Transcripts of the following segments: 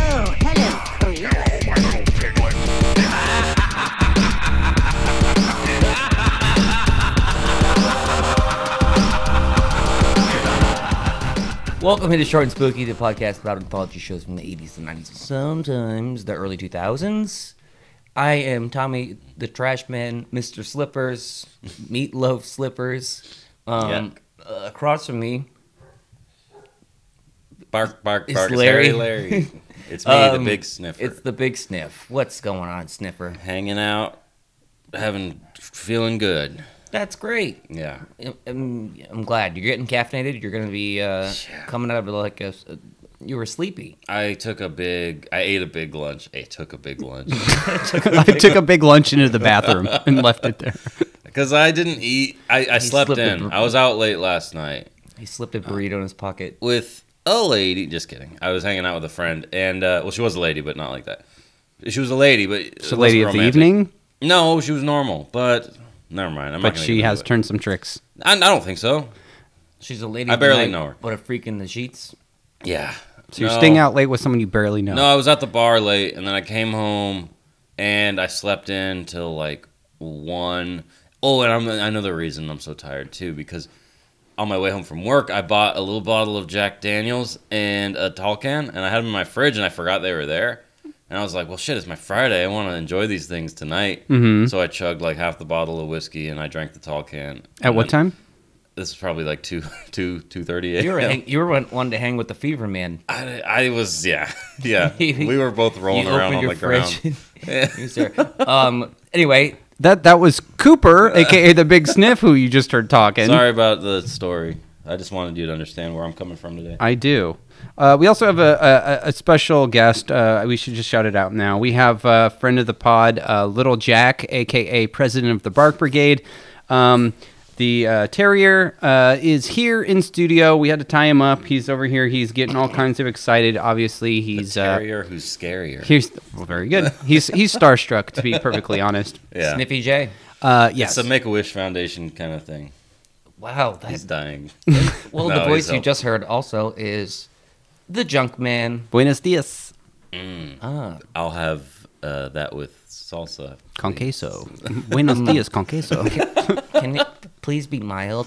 Oh, hello, creep. Welcome to Short and Spooky, the podcast about anthology shows from the 80s and 90s, and sometimes the early 2000s. I am Tommy the Trash Man, Mr. Slippers, Meatloaf Slippers. Um, uh, across from me, Bark, bark, It's bark. Larry. Larry. Larry. It's me, Um, the big sniffer. it's the Big Sniff. What's going on, Sniffer? Hanging out, having, feeling good. That's great. Yeah. I'm- I'm, I'm glad you're getting caffeinated. You're going to be uh, Yeah. coming out of like a. uh, You were sleepy. I took a big, I ate a big lunch. I took a big lunch. I took a big lunch into the bathroom and left it there. Because I didn't eat, I, I slept slipped a bur- in. I was out late last night He slipped Uh. a burrito in his pocket. with a lady. Just kidding. I was hanging out with a friend. And, uh, well, she was a lady, but not like that. She was a lady, but. it It's the wasn't lady of the romantic. evening, No, she was normal, but never mind. I'm not but gonna she get into has it. turned some tricks. I, I don't think so. She's a lady. I of the barely night, know her. But a freak in the sheets. Yeah. So you're No. staying out late with someone you barely know. No, I was at the bar late, and then I came home, and I slept in till like one. Oh, and I'm, I know the reason I'm so tired too because on my way home from work, I bought a little bottle of Jack Daniels and a tall can, and I had them in my fridge, and I forgot they were there. And I was like, well, shit, it's my Friday. I want to enjoy these things tonight. Mhm. So I chugged like half the bottle of whiskey, and I drank the tall can. At what time? This is probably like two, two, two thirty. You were hang, you were one, one to hang with the fever man. I, I was, yeah, yeah. We were both rolling you around opened on your the fridge. ground. You was there. Um. Anyway, That that was Cooper, aka the Big Sniff, who you just heard talking. Sorry about the story. I just wanted you to understand where I'm coming from today. I do. Uh, we also have a, a, a special guest. Uh, we should just shout it out now. We have a friend of the pod, uh, Little Jack, aka President of the Bark Brigade. Um, the uh, terrier uh, is here in studio. We had to tie him up. He's over here. He's getting all kinds of excited. Obviously, he's uh, Scarier who's scarier? here's well, very good. He's he's starstruck to be perfectly honest. yeah. Snippy J. Uh, It's yes, a Make a Wish Foundation kind of thing. Wow. That, He's dying. well, No, the he's voice you helped. just heard also is the Junk Man. Buenos dias, Ah, I'll have uh, that with salsa. con queso. Buenos dias, con queso. can it please be mild?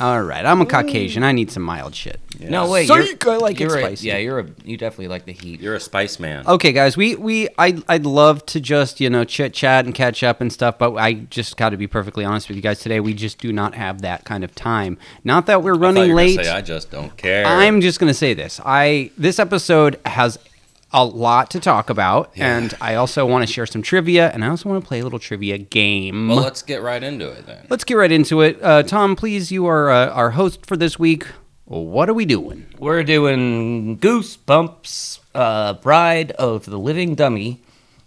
All right, I'm a Caucasian. I need some mild shit. No Oh, wait. Psych, I like it you're a- spicy. yeah, you're a you definitely like the heat. You're a spice man. Okay, guys, we we I I'd love to just you know chit chat and catch up and stuff, but I just got to be perfectly honest with you guys today. We just do not have that kind of time. Not that we're I thought running you were gonna late. Say, I just don't care. I'm just gonna say this. I this episode has a lot to talk about, Yeah. and I also want to share some trivia, and I also want to play a little trivia game. Well, let's get right into it then. Let's get right into it. Uh, Tom, please, you are uh, our host for this week. What are we doing? We're doing Goosebumps, uh, Bride of the Living Dummy,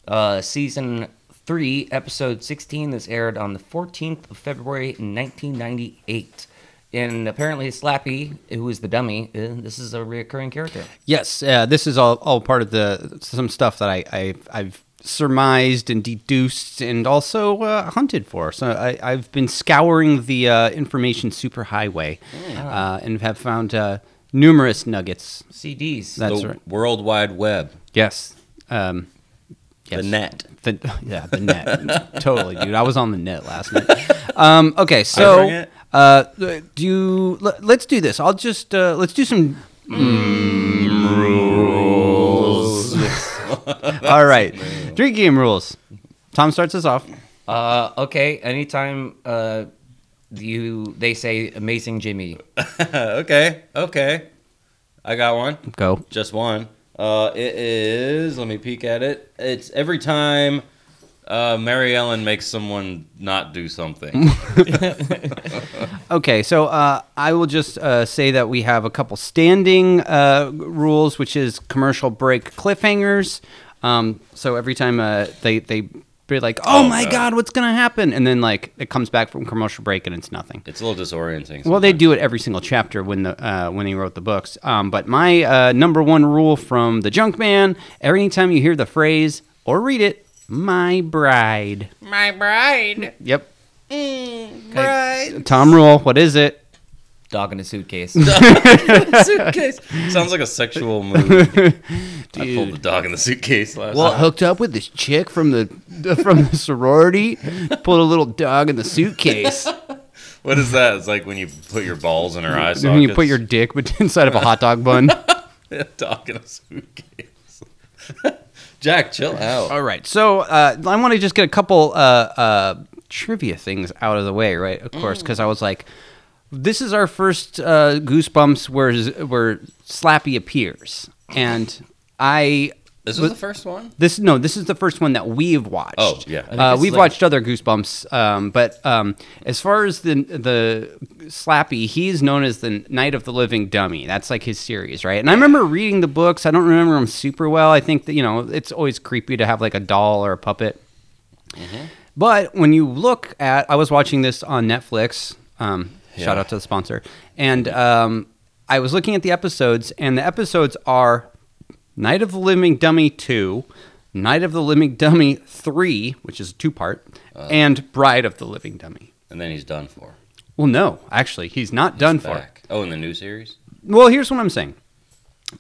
uh, season three, episode sixteen. This aired on the fourteenth of February, nineteen ninety-eight. And apparently, Slappy, who is the dummy, uh, this is a recurring character. Yes, uh, this is all, all part of the some stuff that I, I I've surmised and deduced and also uh, hunted for. So I, I've been scouring the uh, information superhighway uh, and have found uh, numerous nuggets. CDs. That's the right. World Wide Web. Yes. Um, The net. the, yeah, the net. totally, dude. I was on the net last night. Um, okay, so it. uh, do you, let, let's do this. I'll just uh, let's do some. rules. All right, drink game rules. Tom starts us off. Uh, okay, anytime uh, you they say "Amazing Jimmy," okay. Okay. I got one. Go. Just one. Uh, it is. Let me peek at it. It's every time uh, Mary Ellen makes someone not do something. Okay, so uh, I will just uh, say that we have a couple standing uh, rules, which is commercial break cliffhangers. Um, so every time uh, they they be like, "Oh, Oh, my God. God, what's gonna happen?" and then like it comes back from commercial break and it's nothing. it's a little disorienting. Well, they sometimes. do it every single chapter when the uh, when he wrote the books. Um, but my uh, number one rule from the Junk Man: every time you hear the phrase or read it, My bride. My bride. Yep. Bride. Tom Rule, what is it? Dog in a suitcase. suitcase. Sounds like a sexual move. I pulled the dog in the suitcase last Well, night. hooked up with this chick from the from the sorority, pulled a little dog in the suitcase. What is that? It's like when you put your balls in her eye sockets. And you put your dick bet- inside of a hot dog bun. dog in a suitcase. Jack, chill out. All right. So uh, I want to just get a couple uh, uh, trivia things out of the way, right? Of course, because I was like, this is our first uh, Goosebumps where where Slappy appears, and I This was the first one. This no, this is the first one that we've watched. Oh, yeah. I think uh, it's we've like- watched other Goosebumps, um, but um, as far as the the Slappy, he's known as the Night of the Living Dummy. That's like his series, right? And I remember reading the books. I don't remember them super well. I think that you know it's always creepy to have like a doll or a puppet. But when you look at, I was watching this on Netflix. Um, Shout Yeah. out to the sponsor. And um, I was looking at the episodes, and the episodes are Night of the Living Dummy 2, Night of the Living Dummy 3, which is a two part, Uh. and Bride of the Living Dummy. And then he's done for. Well, no, actually, he's not done for. Back. Oh, in the new series? Well, here's what I'm saying.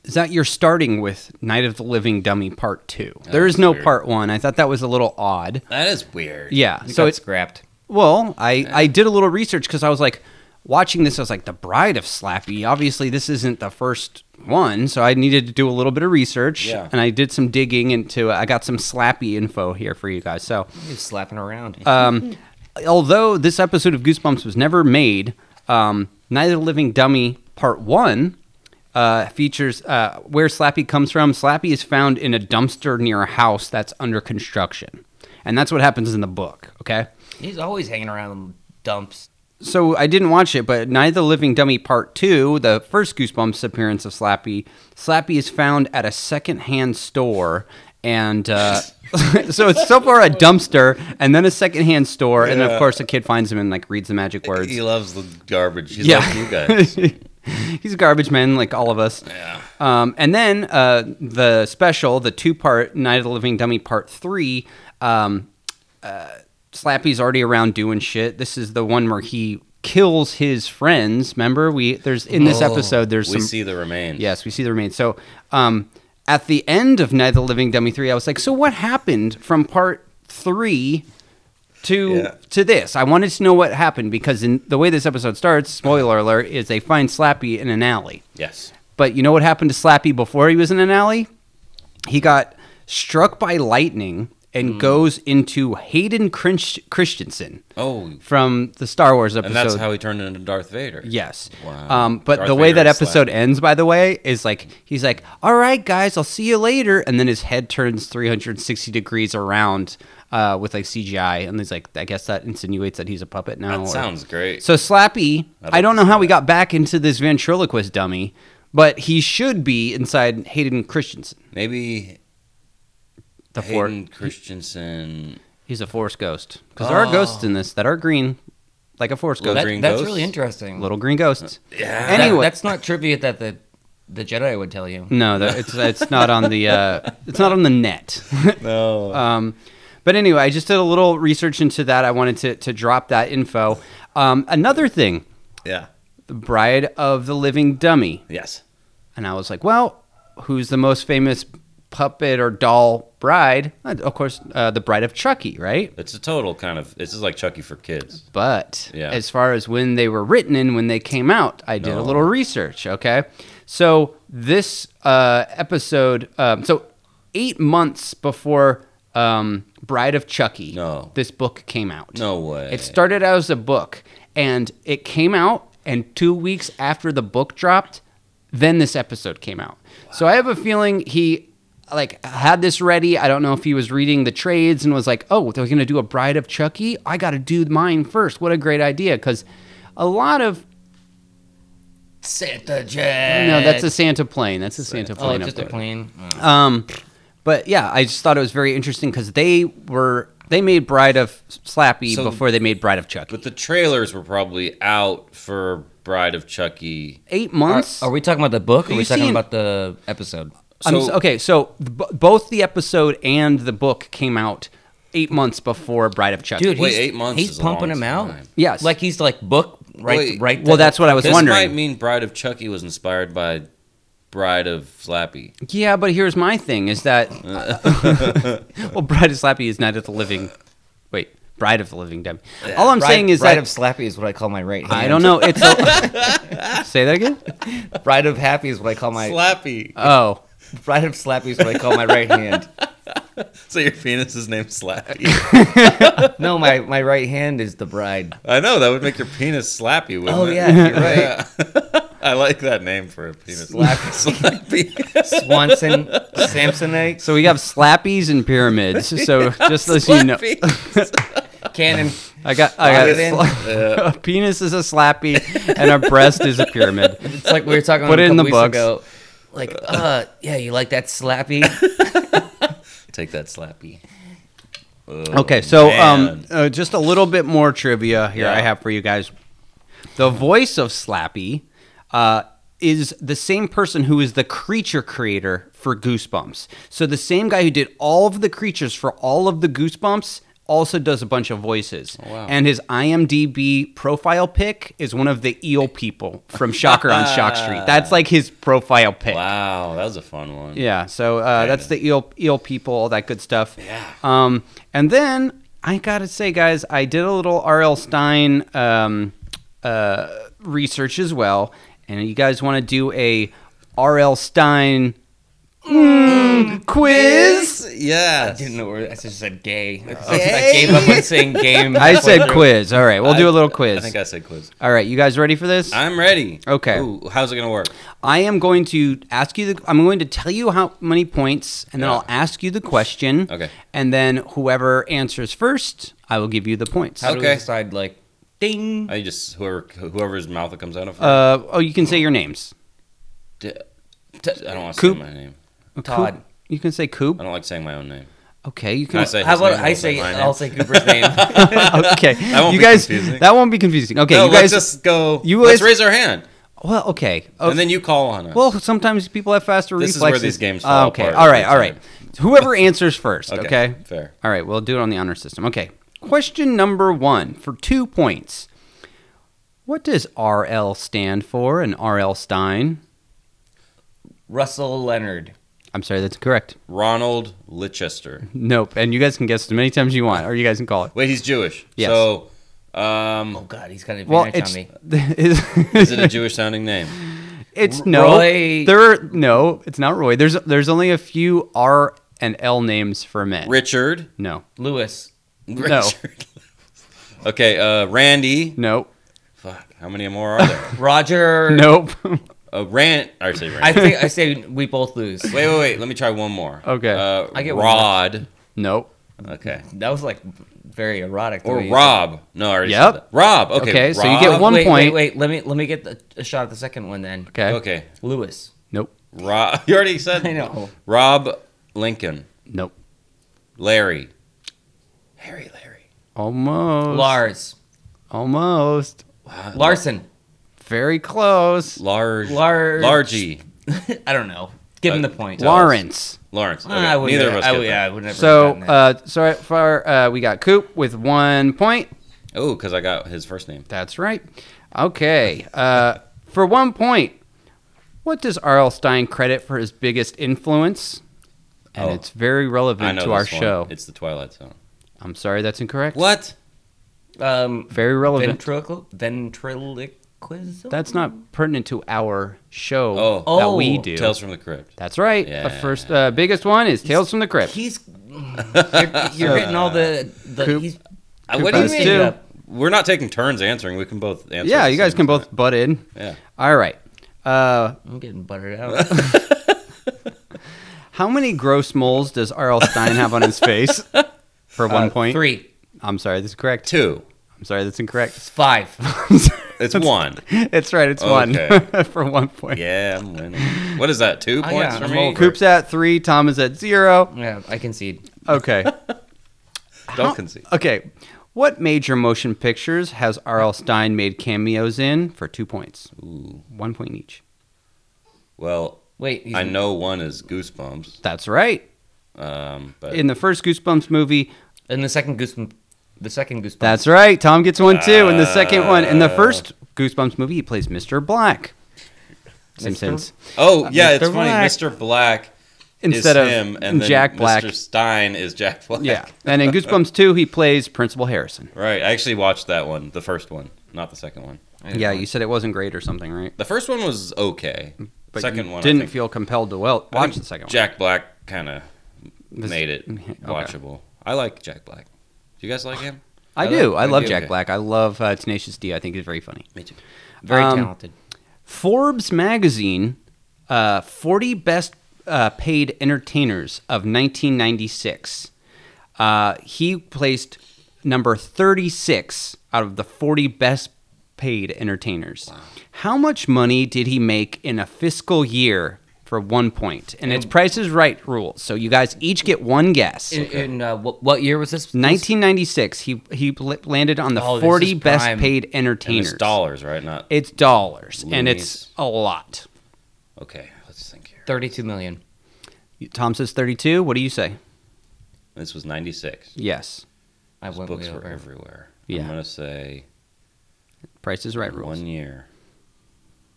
Is that you're starting with Night of the Living Dummy Part 2. there is that's no weird. Part 1. I thought that was a little odd. That is weird. Yeah. It So got it's scrapped. Well, I, I did a little research because I was like watching this. I was like, the bride of Slappy. Obviously, this isn't the first one, so I needed to do a little bit of research. Yeah. And I did some digging into. I got some Slappy info here for you guys. So, He's slapping around. um, although this episode of Goosebumps was never made, um, Neither Living Dummy Part One. Uh, features uh, where Slappy comes from. Slappy is found in a dumpster near a house that's under construction, and that's what happens in the book. Okay, He's always hanging around dumps. so I didn't watch it, but Night of the Living Dummy Part 2, the first Goosebumps appearance of Slappy, Slappy is found at a secondhand store. And uh, so it's so far a dumpster and then a secondhand store. And then, of Yeah. course, a kid finds him and like reads the magic words. He loves the garbage. He's Yeah. like you guys. He's a garbage man, like all of us. Yeah. Um, and then uh, the special, the two part Night of the Living Dummy Part 3, um, uh, Slappy's already around doing shit. This is the one where he kills his friends. Remember, we there's in this Oh, episode, there's we some. see the remains. Yes, we see the remains. So um, at the end of Night of the Living Dummy 3, I was like, so what happened from part 3 to Yeah. to this? I wanted to know what happened because in the way this episode starts, spoiler alert, is they find Slappy in an alley. Yes. But you know what happened to Slappy before he was in an alley? He got struck by lightning Hmm. and goes into Hayden Christ- Christensen Oh, and from the Star Wars episode. that's how he turned into Darth Vader. Yes. Wow. Um, but Darth the way Vader that is episode ends, by the way, is like he's like, "All right, guys, I'll see you later," and then his head turns 360 degrees around uh, with like CGI, and he's like, "I guess that insinuates that he's a puppet now." That or- sounds great. So Slappy, I'd I don't like to know see how we that. got back into this ventriloquist dummy, but he should be inside Hayden Christensen, Maybe the Hayden forest. Christensen. He's a forest ghost because there are ghosts in this that are green, like a forest Oh. Little ghost, green that's ghosts? really interesting. little green ghosts. Yeah. That- Anyway. that's not trivia that the the Jedi would tell you. No, the, it's it's not on the uh, it's not on the net. No. Um, but anyway, I just did a little research into that. I wanted to, to drop that info. Um, another thing, yeah. the Bride of the Living Dummy. Yes. And I was like, well, who's the most famous puppet or doll bride? Uh, Of course, uh, the Bride of Chucky, right? It's a total kind of. This is like Chucky for kids. But Yeah. Oh. as far as when they were written and when they came out, I did a No. little research, okay? So this uh, episode, um, so eight months before um, Bride of Chucky, No. this book came out. No way. It started out as a book, and it came out, and two weeks after the book dropped, then this episode came out. So I have a feeling he like had this ready. I don't know if he was reading the trades and was like, "Oh, they're gonna do a Bride of Chucky. I got to do mine first. What a great idea!" Because a lot of Santa Jet. no, that's a Santa plane. That's a Santa oh, plane. it's just a upload. plane. Oh. Um, but yeah, I just thought it was very interesting because they were they made Bride of Slappy So- before they made Bride of Chucky. But the trailers were probably out for Bride of Chucky. Eight Are, months. are we talking about the book? Or are you we talking seen- about the episode? I'm So- s- okay, so b- both the episode and the book came out eight months before Bride of Chucky. Dude, Wait, he's, eight months he's is a pumping long him out. time. Yes. like he's like book right, Wait. right. well, there. that's what I was this wondering. might mean Bride of Chucky was inspired by Bride of Slappy. yeah, but here's my thing: is that well, Bride of Slappy is Night of the Living. Wait, Bride of the Living Dummy. All I'm Bride- saying is Bride that of Slappy is what I call my right hand. I don't know. It's a, say that again. Bride of Happy is what I call my Slappy. Oh, Bride of Slappy is what I call my right hand. So your penis is named Slappy. No, my, my right hand is the bride. I know that would make your penis slappy. Wouldn't Oh it? yeah, you're right. Yeah. I like that name for a penis. Slappy. Slappy. Swanson, Samsonite, so we have slappies and pyramids. So just as you know, Cannon. I got I Slide got it in. a, sla- a penis is a slappy and a breast is a pyramid. It's like we were talking Put about it a in couple the weeks books. ago. Like, uh, yeah, you like that slappy? Take that slappy. Okay, so um, man. uh, just a little bit more trivia here I Yeah. have for you guys. The voice of Slappy uh, is the same person who is the creature creator for Goosebumps. So the same guy who did all of the creatures for all of the Goosebumps also does a bunch of voices. Oh, wow. And his IMDb profile pic is one of the eel people from Shocker on Shock Street. That's like his profile pic. Wow, that was a fun one. Yeah, so uh, that's the eel eel people, all that good stuff. Yeah. Um, and then I gotta say, guys, I did a little R.L. Stein um, uh, research as well, and you guys want to do a R.L. Stein mm, quiz? Yes. Didn't know where. I just said gay. I gave up on saying game. I said quiz. All right, we'll do a little quiz. I think I said quiz. all right, you guys ready for this? I'm ready. Okay. Ooh, how's it gonna work? I am going to ask you the. I'm going to tell you how many points, and then Yeah. I'll ask you the question. Okay. And then whoever answers first, I will give you the points. How do we Okay. decide? Like, ding. I just whoever whoever's mouth it comes out of. Uh, oh, you can say your names. D- d- I don't want to Coop. say my name. Todd. Uh, Coop. You can say Coop. I don't like saying my own name. Okay. You Can can. I say How his about name? I say? my name? I'll say Cooper's name. okay. won't you be guys. confusing. That won't be confusing. Okay. No, you guys. let's just go. you let's guys- raise our hand, well. Okay. Oh, and then you call on us. Well, sometimes people have faster This is where reflexes. these games Uh, fall okay. apart All right. every All right. Whoever answers first. Okay. Fair. All right. We'll do it on the honor system. Okay. Question number one for two points. What does RL stand for? And RL Stein. Russell Leonard. I'm sorry. That's correct. Ronald Lichester. Nope. And you guys can guess as many times as you want, or you guys can call it. Wait, he's Jewish. Yes. So, Oh um, God, he's got an Well, advantage it's on me. is it a Jewish sounding name? It's R- no. Roy- There are, no, it's not Roy. There's there's only a few R and L names for men. Richard. No. Lewis. No. Richard. okay. Uh, Randy. Nope. Fuck. How many more are there? Roger. Nope. uh, Rand. I say Randy. I think I say we both lose. wait, wait, wait. Let me try one more. Okay. Uh, I get one more. Rod. nope. Okay. That was like very erotic. the Or way you said Rob. No, I already Yep. said that. Rob. Okay. Okay, so you Rob. get that. one- wait, Wait, point. wait. Let me let me get the, a shot at the second one then. Okay. Okay. Lewis. Nope. Rob. You already said. I know. Rob Lincoln. Nope. Larry. Harry Larry. Almost. Lars. Almost. Larson. Very close. Large. E. Large. Largy. I don't know. Give him Uh, the point. Lars. Lawrence. Lawrence. Okay. Ah, I would Neither of never- us I get would- that. yeah, I would never So have gotten that. uh so far uh, we got Coop with one point. Oh, because I got his first name. That's right. Okay. Uh for one point. What does R.L. Stein credit for his biggest influence? And Oh. it's very relevant I know to our this one. show. It's the Twilight Zone. I'm sorry, that's incorrect. What? um, Very relevant. ventriloqu- ventriloquism. That's not pertinent to our show Oh. that Oh. we do. Tales from the Crypt. That's right. The Yeah. first uh, biggest one is Tales from the Crypt. He's you're, you're getting all the the. Coop- he's, I- what do Cooper you has mean? two. Yeah. We're not taking turns answering. We can both answer. at yeah, the you guys same can time. both butt in. Yeah. All right. Uh, I'm getting buttered out. how many gross moles does R.L. Stein have on his face? For one point. Three. I'm sorry, this is correct. Uh, Two. I'm sorry, that's incorrect. It's five. It's one. it's right, it's Okay. one. For one point. Yeah, I'm winning. What is that? Two Oh, points yeah, for I'm me? over. Coop's at three, Tom is at zero. yeah, I concede. Okay. Don't concede. okay. What major motion pictures has R.L. Stein made cameos in for two points? Ooh. One point each. Well, Wait, he's I know one is Goosebumps, That's right. um, but In the first Goosebumps movie, And the second Goosebumps, the second Goosebumps. That's right. Tom gets one too in the second one. In the Uh, first Goosebumps movie, he plays Mr. Black. Simpsons. Oh yeah, it's Mr. funny. Black. Mr. Black uh, Instead is of him, and then Jack Black. Mr. Stein is Jack Black. Yeah. And in Goosebumps 2, he plays Principal Harrison. Right. I actually watched that one, the first one, not the second one. I didn't Yeah, watch- you said it wasn't great or something, right? the first one was okay. But second you one I didn't think- feel compelled to well, I think watch the second one. Jack Black kind of made it okay. watchable. I like Jack Black. Do you guys like him? I do. like- I love do, Jack okay. Black. I love uh, Tenacious D. I think he's very funny. Me too. Very Um, talented. Forbes magazine, uh, 40 best uh, paid entertainers of 1996. Uh, he placed number 36 out of the 40 best paid entertainers. How much money did he make in a fiscal year for one point? And it's Price is Right rules. So you guys each get one guess. In, in uh, what, what year was this? 1996, he he pl- landed on the Oh, this 40 is best prime. paid And entertainers. it's dollars, right? Not It's dollars, and it's Loonies. a lot. okay. Let's think here. Thirty-two million. Tom says 32. What do you say? This was '96. Yes. I went Books way were over. everywhere. Yeah. I'm gonna say Price is right rules. one year.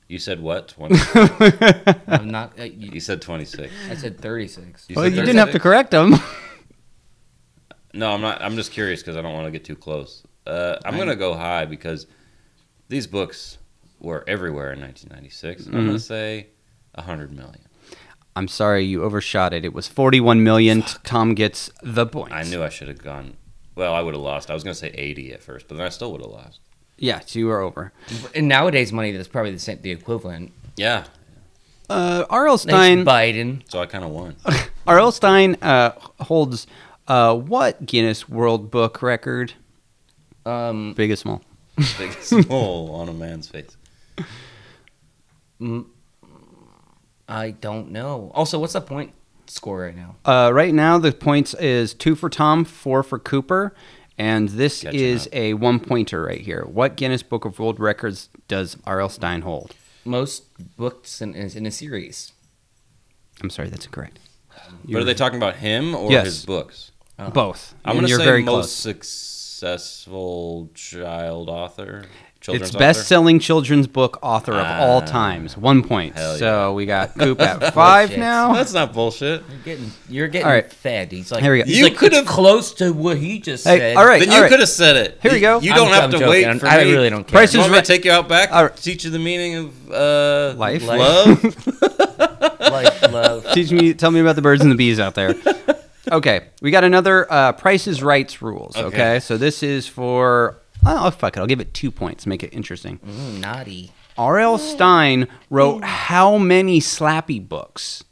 You said what? 20, I'm not. Uh, you, you said 26. I said thirty-six. You Well, said you didn't have to 36? correct him. No, I'm not. I'm just curious because I don't want to get too close. Uh, I'm going to go high because these books were everywhere in 1996. I'm Mm-hmm. going to say 100 million. I'm sorry, you overshot it. It was 41 million. Tom gets the points. I knew I should have gone. Well, I would have lost. I was going to say 80 at first, but then I still would have lost. Yeah, so you were over. And nowadays, money that's probably the same, the equivalent. Yeah, Uh, R.L. Stein. Thanks, Biden. so I kind of won. R.L. Stein uh, holds uh, what Guinness World Book record? Um, Big or small? Biggest hole on a man's face. I don't know. Also, what's the point score right now? Uh, right now, the points is two for Tom, four for Cooper, and this Catching is up. a one pointer right here. What Guinness Book of World Records does R.L. Stein hold? Most books in, in, in a series. I'm sorry, that's incorrect. But are they talking about him or Yes. his books? Both. Oh. I'm And going to you're say very most close. successful child author. Children's It's author? best selling children's book author of all times. One point. hell So we got Coop at five Bullshit. now. That's not bullshit. You're getting, you're getting All right. fed. He's like, Here we go. he's You like, it's could've- close to what he just Hey, said. all right. then you right. could have said it. Here we go. You don't I'm- have I'm to joking. wait I'm- for I me. really don't care. Price You is want me right. to take you out back? All right. Teach you the meaning of uh, Life. Love. Like, love. Teach me. Tell me about the birds and the bees out there. Okay, we got another uh, Price is Rights rules. Okay, Okay. so this is for. Oh fuck it! I'll give it two points. Make it interesting. Mm, naughty. R.L. Stein wrote how many Slappy books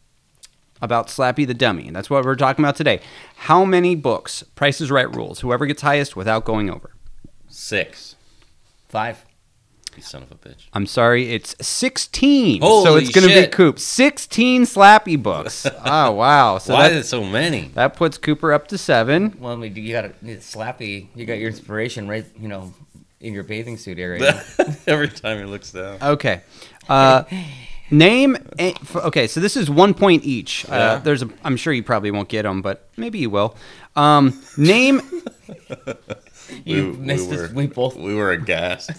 about Slappy the Dummy? And that's what we're talking about today. How many books? Price is Right rules. Whoever gets highest without going over. Six. Five. You son of a bitch. I'm sorry, it's 16. so Holy it's going to be shit. Coop. 16 Slappy books. oh, wow. So Why that, is it so many? that puts Cooper up to seven. Well, I mean, you got to slappy. You got your inspiration right, you know, in your bathing suit area. Every time he looks down. Okay. Uh, name. a- f- Okay, so this is one point each. Uh, Yeah. there's a, I'm sure you probably won't get them, but maybe you will. Um, name. you missed this. We both. We were aghast.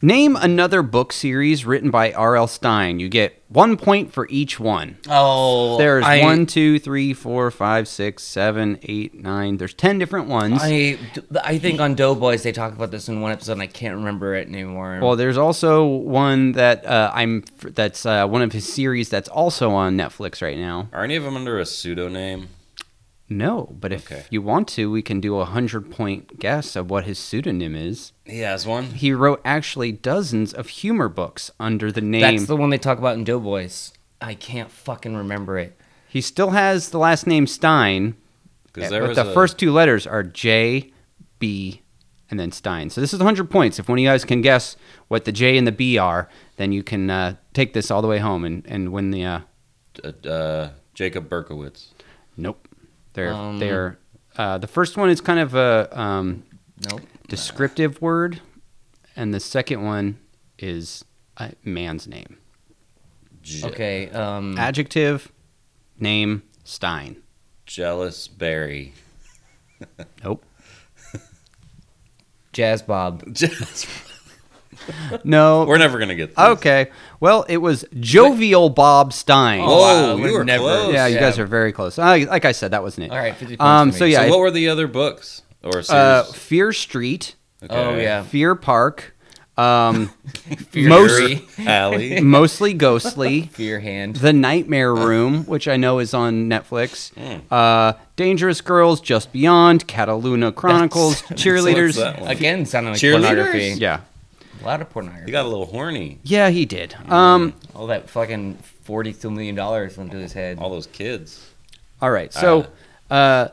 Name another book series written by R.L. Stein. You get one point for each one. Oh, There's I- one, two, three, four, five, six, seven, eight, nine. There's ten different ones. I, I think on Doughboys they talk about this in one episode and I can't remember it anymore. Well, there's also one that uh, I'm that's uh, one of his series that's also on Netflix right now. Are any of them under a pseudonym? No, but if Okay. you want to, we can do a hundred point guess of what his pseudonym is. He has one. He wrote actually dozens of humor books under the name. That's the one they talk about in Doughboys. I can't fucking remember it. he still has the last name Stein, eh, Because there but was the a- first two letters are J, B, and then Stein. So this is 100 points. If one of you guys can guess what the J and the B are, then you can uh, take this all the way home and, and win the. Uh, uh, uh, Jacob Berkowitz. nope. They're, Um, they're, uh, the first one is kind of a um, Nope. descriptive word, and the second one is a man's name. Je- Okay. Um, Adjective, name, Stein. Jealous Barry. Nope. Jazz Bob. Just- No. We're never gonna get. This. okay. Well, it was Jovial Bob Stein. Oh, wow, we we're were close. yeah, you guys are very close. I, like I said, that wasn't it. All right, 50 points Um, for so me. yeah, So it- what were the other books or series? uh, Fear Street, Okay. Oh yeah. Fear Park, um, Fear Most- Fury, Alley. mostly ghostly. Fear Hand. The Nightmare Room, which I know is on Netflix. Hmm. Uh, Dangerous Girls, Just Beyond, Cataluna Chronicles, Cheerleaders. What's that one? Again, sounding like Cheerleaders? pornography. Yeah, A lot of He pornography. got a little horny. yeah, he did. Um, Hmm. All that fucking forty-two million dollars went to his head. All those kids. all right, so uh,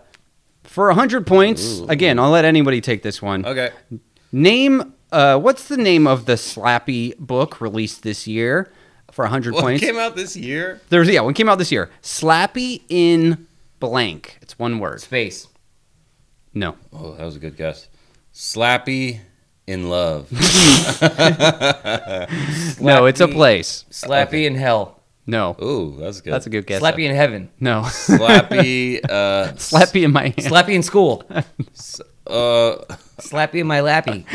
for hundred points, Ooh. again, I'll let anybody take this one. Okay. Name, uh, what's the name of the Slappy book released this year for hundred Well, it points? came out this year. There's yeah, one came out this year. Slappy in blank. It's one word. Space. No. Oh, that was a good guess. Slappy in love. No, it's a Slappy- place. Slappy in hell. No. Ooh, that's good. That's a good guess. Slappy in heaven. No. Slappy. Uh, Slappy in my hand. Slappy in school. uh, Slappy in my lappy.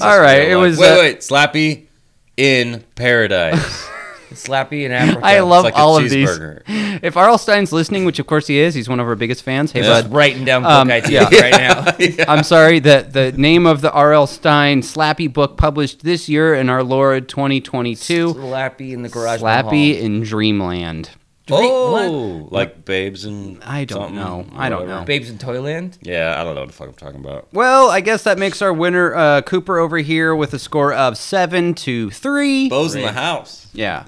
All right, it was. wait, uh, wait. Slappy in paradise. Slappy in Africa. I love like a all of these. cheeseburger. If Arlstein's listening, which of course he is, he's one of our biggest fans. Hey, Just bud. writing down book Um, ideas yeah. right now. I'm sorry that the name of the R.L. Stein Slappy book published this year in our Lord 2022 Slappy in the garage. Slappy in Dreamland. Oh, like babes and I don't something, know. I don't whatever. know. Babes in Toyland. Yeah, I don't know what the fuck I'm talking about. Well, I guess that makes our winner uh, Cooper over here with a score of seven to three. Bo's in the house. Yeah.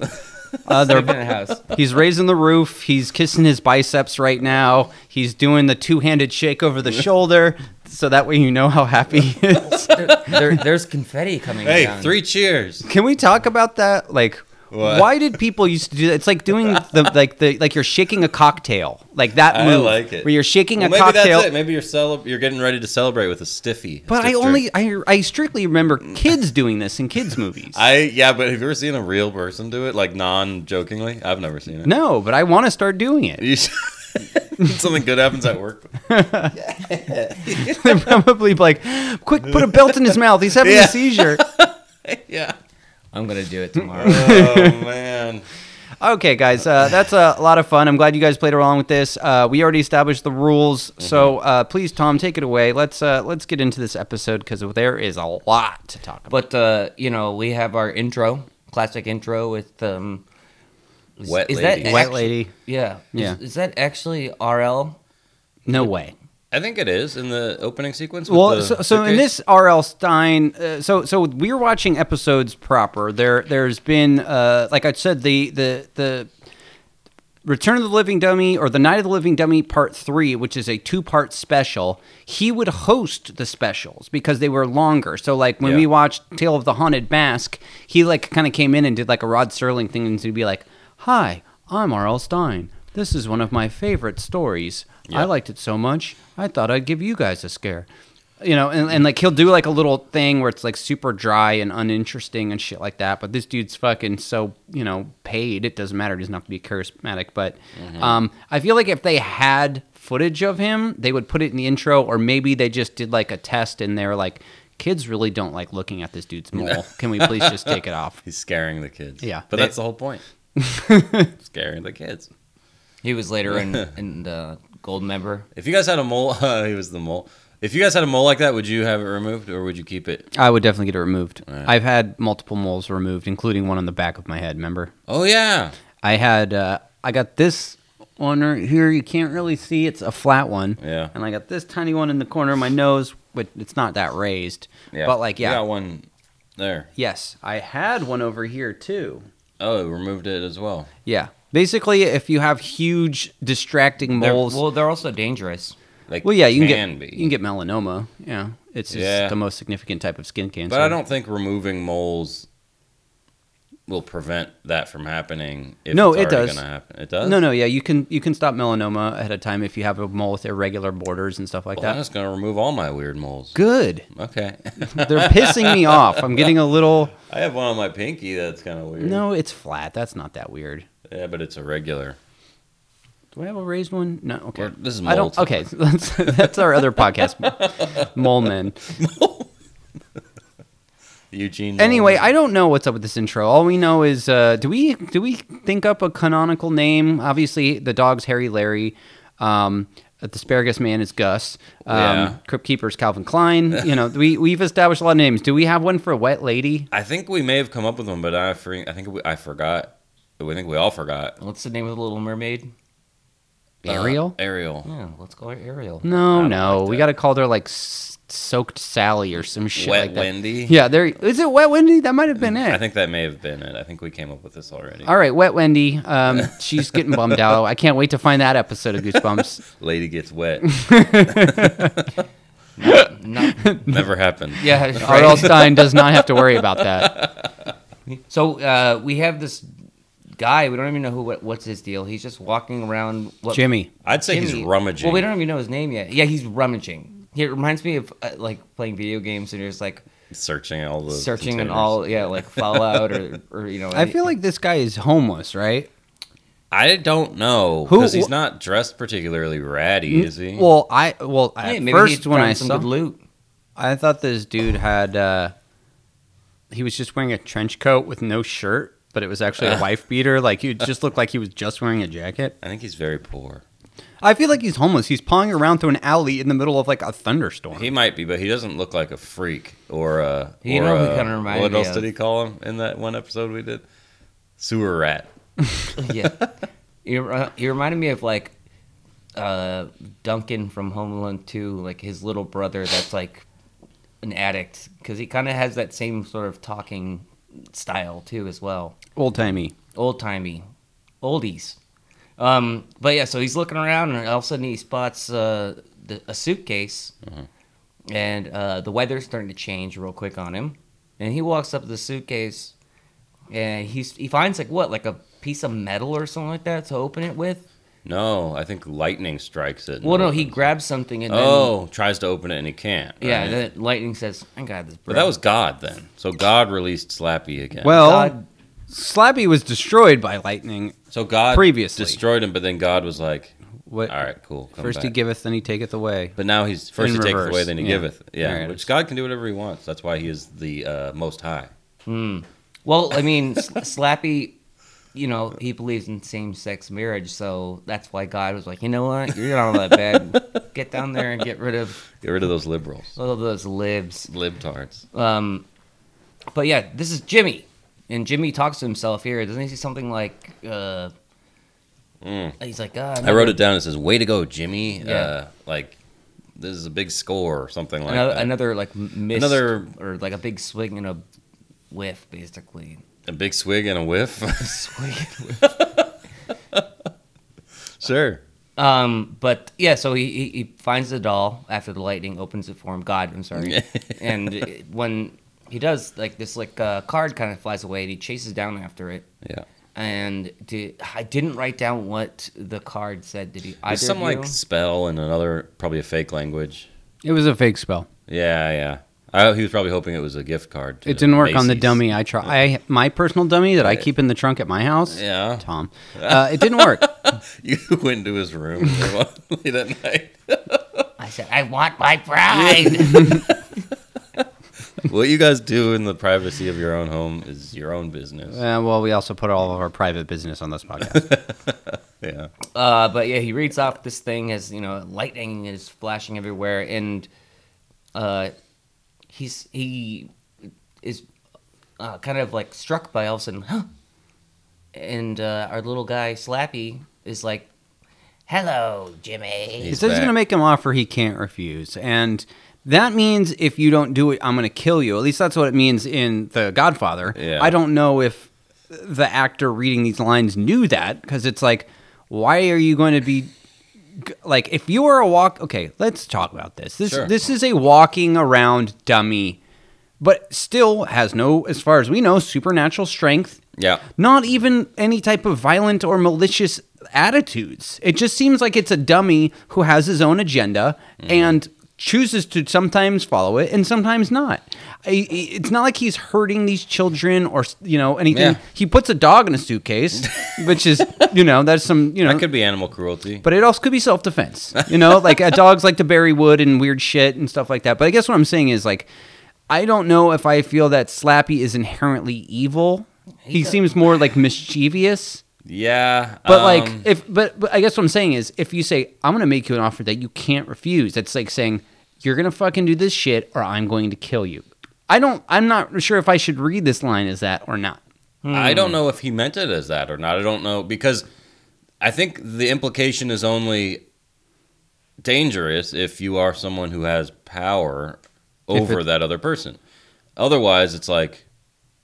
Uh, Sleeping in they're, a house. he's raising the roof. He's kissing his biceps right now. He's doing the two-handed shake over the shoulder, so that way you know how happy he is. There, there's confetti coming Hey, down. three cheers. Can we talk about that? Like, What? why did people used to do that? It's like doing the like the like you're shaking a cocktail, like that I move. like it. Where you're shaking Well, a maybe cocktail. that's it. Maybe you're celeb- you're getting ready to celebrate with a stiffy. a But I stiff drink. only I, I strictly remember kids doing this in kids movies. I yeah, but have you ever seen a real person do it, like non-jokingly? I've never seen it. no, but I want to start doing it. You should- Something good happens at work. They're probably like, quick, put a belt in his mouth. He's having Yeah. a seizure. yeah. I'm gonna do it tomorrow. Oh man. Okay, guys, uh, that's a lot of fun. I'm glad you guys played along with this. Uh, we already established the rules, so Mm-hmm. uh, please, Tom, take it away. Let's uh, let's get into this episode because there is a lot to talk about. but uh, you know, we have our intro, classic intro with um. is- Wet is lady. That Wet actu- lady, Yeah. Yeah. Is, is that actually RL? no way. I think it is in the opening sequence. with Well, the so, so in suitcase. this R.L. Stein, uh, so so we're watching episodes proper. There, there's been, uh, like I said, the the the Return of the Living Dummy or the Night of the Living Dummy Part Three, which is a two part special. He would host the specials because they were longer. So like when Yeah. we watched Tale of the Haunted Mask, he like kind of came in and did like a Rod Serling thing, and he'd be like, "Hi, I'm R.L. Stein. This is one of my favorite stories. I liked it so much, I thought I'd give you guys a scare." you know, and, and like he'll do like a little thing where it's like super dry and uninteresting and shit like that. But this dude's fucking so you know paid. It doesn't matter. He doesn't have to be charismatic. But um, I feel like if they had footage of him, they would put it in the intro, or maybe they just did like a test and they're like, kids really don't like looking at this dude's mole. Can we please just take it off? he's scaring the kids. Yeah. but They- that's the whole point. scaring the kids. He was later in in the gold member. If you guys had a mole, uh, he was the mole. If you guys had a mole like that, would you have it removed or would you keep it? I would definitely get it removed. Right. I've had multiple moles removed, including one on the back of my head. Remember? Oh yeah, I had uh, I got this one right here. You can't really see. It's a flat one. Yeah. And I got this tiny one in the corner of my nose, which it's not that raised. But like you yeah. got one there. Yes, I had one over here too. Oh, it removed it as well. Yeah. Basically, if you have huge distracting They're- moles, well, they're also dangerous. Like well, yeah, you can, can get be. you can get melanoma. Yeah, it's just Yeah. the most significant type of skin cancer. But I don't think removing moles will prevent that from happening. If No, it's it already does. Gonna happen. It does. No, no, yeah, you can you can stop melanoma ahead of time if you have a mole with irregular borders and stuff like Well, I'm that. just gonna remove all my weird moles. Good. Okay. They're pissing me off. I'm getting a little. I have one on my pinky that's kind of weird. No, it's flat. That's not that weird. Yeah, but it's irregular. Do I have a raised one? No. Okay. Or- this is I don't. mold. Okay. That's, that's our other podcast, Mole Men. Eugene. Anyway, I don't know what's up with this intro. All we know is, uh, do we do we think up a canonical name? Obviously, the dog's Harry Larry. Um, the asparagus man is Gus. Um, Oh, Yeah. Crypt keeper's Calvin Klein. You know, we we've established a lot of names. Do we have one for a wet lady? I think we may have come up with one, but I for, I think we, I forgot. I think we all forgot. What's the name of the Little Mermaid? Uh, Ariel? Ariel. Yeah, let's call her Ariel. I No, don't no. like we that. got to call her like S- soaked Sally or some shit Wet like that. Wendy. Yeah, there is it. Wet Wendy. That might have been it. I think that may have been it. I think we came up with this already. All right, Wet Wendy. Um, she's getting bummed out. I can't wait to find that episode of Goosebumps. Lady gets wet. Not, Never happened. yeah. right. Art Stein does not have to worry about that. So uh, we have this guy. We don't even know who. What, what's his deal? He's just walking around. What, Jimmy. I'd say he's Jimmy- rummaging. Well, we don't even know his name yet. Yeah, he's rummaging. He it reminds me of uh, like playing video games and you're just like searching all the searching and containers. all. Yeah, like Fallout or or you know. I any- feel like this guy is homeless, right? I don't know Who- because he's wh- not dressed particularly ratty, is he? Well, I well at Hey, maybe first he's when found I some saw, good loot. I thought this dude had uh, he was just wearing a trench coat with no shirt, but it was actually a wife beater. Like he just looked like he was just wearing a jacket. I think he's very poor. I feel like he's homeless. He's pawing around through an alley in the middle of like a thunderstorm. He might be, but he doesn't look like a freak or a. You or know who a- kinda reminded What me else of? did he call him in that one episode we did? Sewer rat. yeah. He, re- he reminded me of like uh, Duncan from Home Alone 2, like his little brother that's like an addict because he kind of has that same sort of talking style too as well. Old timey. Old timey, oldies. Um, but yeah, so he's looking around and all of a sudden he spots uh, the, a suitcase Mm-hmm. and uh, the weather's starting to change real quick on him. And he walks up to the suitcase and he's, he finds like what, like a piece of metal or something like that to open it with? No, I think lightning strikes it. and Well, no, opens he it. grabs something and then. Oh, tries to open it and he can't. Yeah, right? then lightning says, "I got this." Bro. but that was God then. So God released Slappy again. Well, God- Slappy was destroyed by lightning. so God previously. destroyed him, but then God was like, What? "All right, cool." Come First he back." giveth, then he taketh away. But now he's first In he taketh reverse, away, then he yeah. giveth. There Yeah, it which is. God can do whatever he wants. That's why he is the uh, Most High. well, I mean, S- Slappy, you know, he believes in same-sex marriage, so that's why God was like, "You know what? You're not all that bad. Get down there and get rid of Get rid of those liberals, all of those libs." libtards. Um, but yeah, this is Jimmy, and Jimmy talks to himself here. Doesn't he say something like, uh, "He's like, ah, Mm. I wrote it down. It says, "Way to go, Jimmy!" Yeah. Uh, like this is a big score or something like another, that. another like miss, Another- or like a big swing and a whiff, basically." A big swig and a whiff. Swig. sure. Um, but yeah, so he, he, he finds the doll after the lightning opens it for him. God, I'm sorry. and it- when he does, like this, like uh, card kind of flies away, and he chases down after it. Yeah. And did, I didn't write down what the card said. Did he? Either There's some of you? like spell and another probably a fake language. It was a fake spell. Yeah, yeah. I, he was probably hoping it was a gift card. to It didn't work on the Macy's. dummy. I try. I my personal dummy that I keep in the trunk at my house. Yeah. Tom. Uh, it didn't work. You went into his room late at night. I said, I want my bride. what you guys do in the privacy of your own home is your own business. Uh, well, we also put all of our private business on this podcast. Yeah. uh, but yeah, he reads off this thing as you know, lightning is flashing everywhere, and uh, he's he is uh, kind of like struck by all of a sudden, huh? And uh, our little guy Slappy is like, "Hello, Jimmy." He He's says he's back. going to make him offer he can't refuse, and that means if you don't do it, I'm going to kill you. At least that's what it means in The Godfather. Yeah. I don't know if the actor reading these lines knew that because it's like, why are you going to be g- like if you are a walk? Okay, let's talk about this. This Sure. this is a walking around dummy, but still has no, as far as we know, supernatural strength Yeah. not even any type of violent or malicious attitudes. It just seems like it's a dummy who has his own agenda and chooses to sometimes follow it and sometimes not. I- I- It's not like he's hurting these children or you know anything. Yeah. He puts a dog in a suitcase, which is you know that's some you know That could be animal cruelty. but it also could be self defense. You know, like uh, dogs like to bury wood and weird shit and stuff like that. But I guess what I'm saying is like, I don't know if I feel that Slappy is inherently evil. He seems more like mischievous. yeah, But like, um, if but, but I guess what I'm saying is, if you say I'm gonna make you an offer that you can't refuse, that's like saying you're gonna fucking do this shit or I'm going to kill you. I don't. I'm not sure if I should read this line as that or not. Hmm. I Hmm. don't know if he meant it as that or not. I don't know because I think the implication is only dangerous if you are someone who has power over that other person. Otherwise, it's like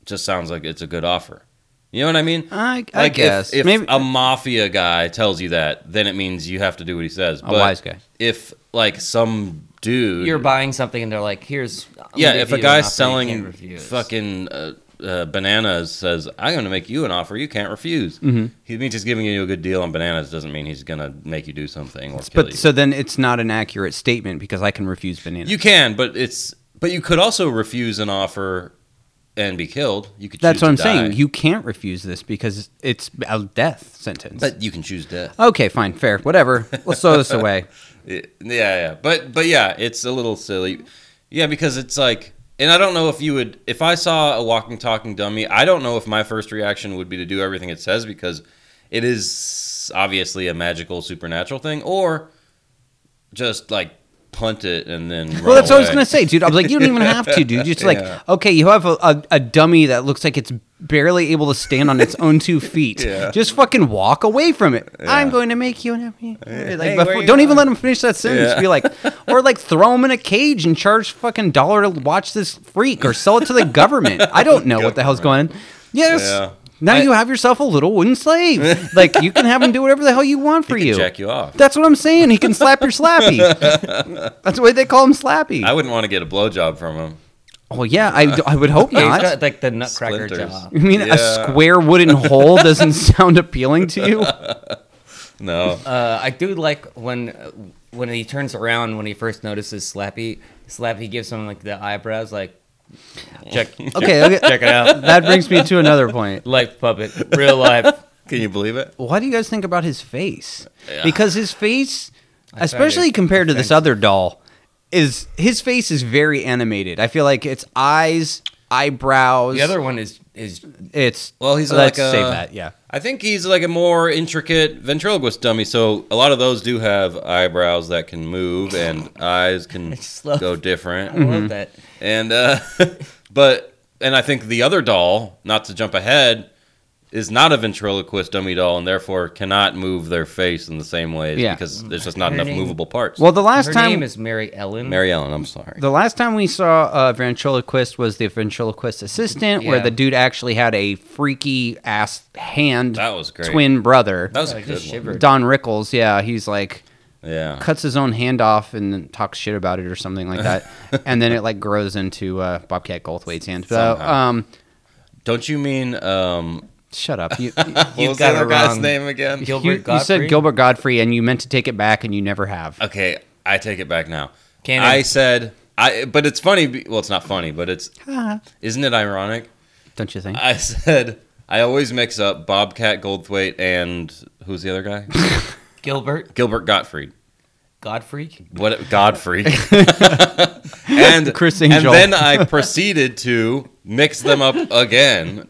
just sounds like it's a good offer. You know what I mean? I, I Like, if- guess if, maybe a mafia guy tells you that, then it means you have to do what he says. a wise guy. If like some dude, You're buying something and they're like, "Here's I'm gonna yeah, give if you a an offer guy's you can't selling refuse. fucking uh, uh, bananas says, "I'm going to make you an offer you can't refuse," Mm-hmm. he means he's giving you a good deal on bananas. Doesn't mean he's going to make you do something or kill But you. so then it's not an accurate statement because I can refuse bananas. you can, but it's but you could also refuse an offer and be killed. You could. That's choose what I'm to saying. die, You can't refuse this because it's a death sentence. but you can choose death. okay, fine, fair, whatever. Let's throw this away. It- yeah, yeah, but but yeah, it's a little silly. Yeah, because it's like, and I don't know if you would, if I saw a walking talking dummy, I don't know if my first reaction would be to do everything it says because it is obviously a magical supernatural thing, or just like punt it and then. Well, that's what I was gonna say, dude. I was like, you don't even have to, dude. Just like, Yeah. okay, you have a, a, a dummy that looks like it's barely able to stand on its own two feet. Yeah. Just fucking walk away from it. I'm going to make you an happy. Like, Hey, where before, you don't even going? let him finish that sentence. Yeah. Be like, or like throw him in a cage and charge fucking dollar to watch this freak, or sell it to the government. I don't know what the hell's going. on. Yes. Yeah. Now I- you have yourself a little wooden slave. like you can have him do whatever the hell you want for He could you. jack you off. That's what I'm saying. He can slap your slappy. That's the way they call him slappy. I wouldn't want to get a blowjob from him. Oh yeah, I, I would hope Yeah, not. he's got like the nutcracker Splinters. jaw. I mean, a Yeah. square wooden hole doesn't sound appealing to you. No, Uh, I do like when when he turns around when he first notices Slappy. Slappy gives him like the eyebrows, like check Okay, okay. check it out, that brings me to another point. life puppet, real life. can you believe it? What do you guys think about his face? Because his face, found especially it compared to this offensive. other doll, is his face is very animated. I feel like it's eyes, eyebrows. The other one is is it's Well, he's let's like uh, a- save that. Yeah, I think he's like a more intricate ventriloquist dummy. So a lot of those do have eyebrows that can move and eyes can just love- go different. I love that. And uh, but and I think the other doll, not to jump ahead, is not a ventriloquist dummy doll and therefore cannot move their face in the same way Yeah. because there's just not Her enough name- movable parts. Well, the last Her time name is Mary Ellen. Mary Ellen, I'm sorry. The last time we saw a ventriloquist was the ventriloquist assistant, where Yeah. the dude actually had a freaky ass hand That was great. twin brother. That was I a just good one. shivered. Don Rickles, yeah, he's like Yeah. cuts his own hand off and then talks shit about it or something like that, and then it like grows into uh, Bobcat Goldthwait's hand. So, Somehow. um, Don't you mean um shut up. You, what You've was got the it other guy's wrong. name again? Gilbert you, you Gottfried. said Gilbert Godfrey, and you meant to take it back, and you never have. Okay, I take it back now. Can't I it- said I but it's funny be- well it's not funny, but it's isn't it ironic? Don't you think? I said I always mix up Bobcat Goldthwait and who's the other guy? Gilbert Gilbert Gottfried. Godfrey. What Godfrey. and Chris And Angel. then I proceeded to mix them up again.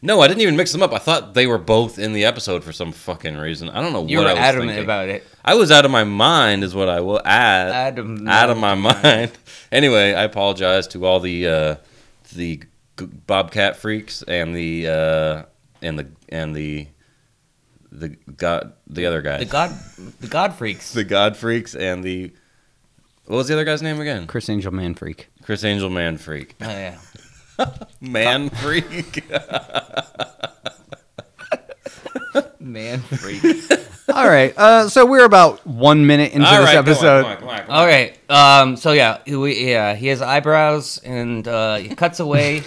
No, I didn't even mix them up. I thought they were both in the episode for some fucking reason. I don't know You what were I was adamant thinking. Uh, about Uh, it. I was out of my mind, is what I will add. Adam- out of my mind. anyway, I apologize to all the uh, the g- bobcat freaks and the uh, and the and the the god the other guy The God the God freaks. the god freaks and the what was the other guy's name again? Chris Angel Man Freak. Chris Angel Man Freak. oh, yeah. Man Freak. Man freak. All right, uh, so we're about one minute into All this right, episode. Come on, come on, come on, come on. All right. Um, so yeah, he, we- yeah, he has eyebrows and uh, he cuts away.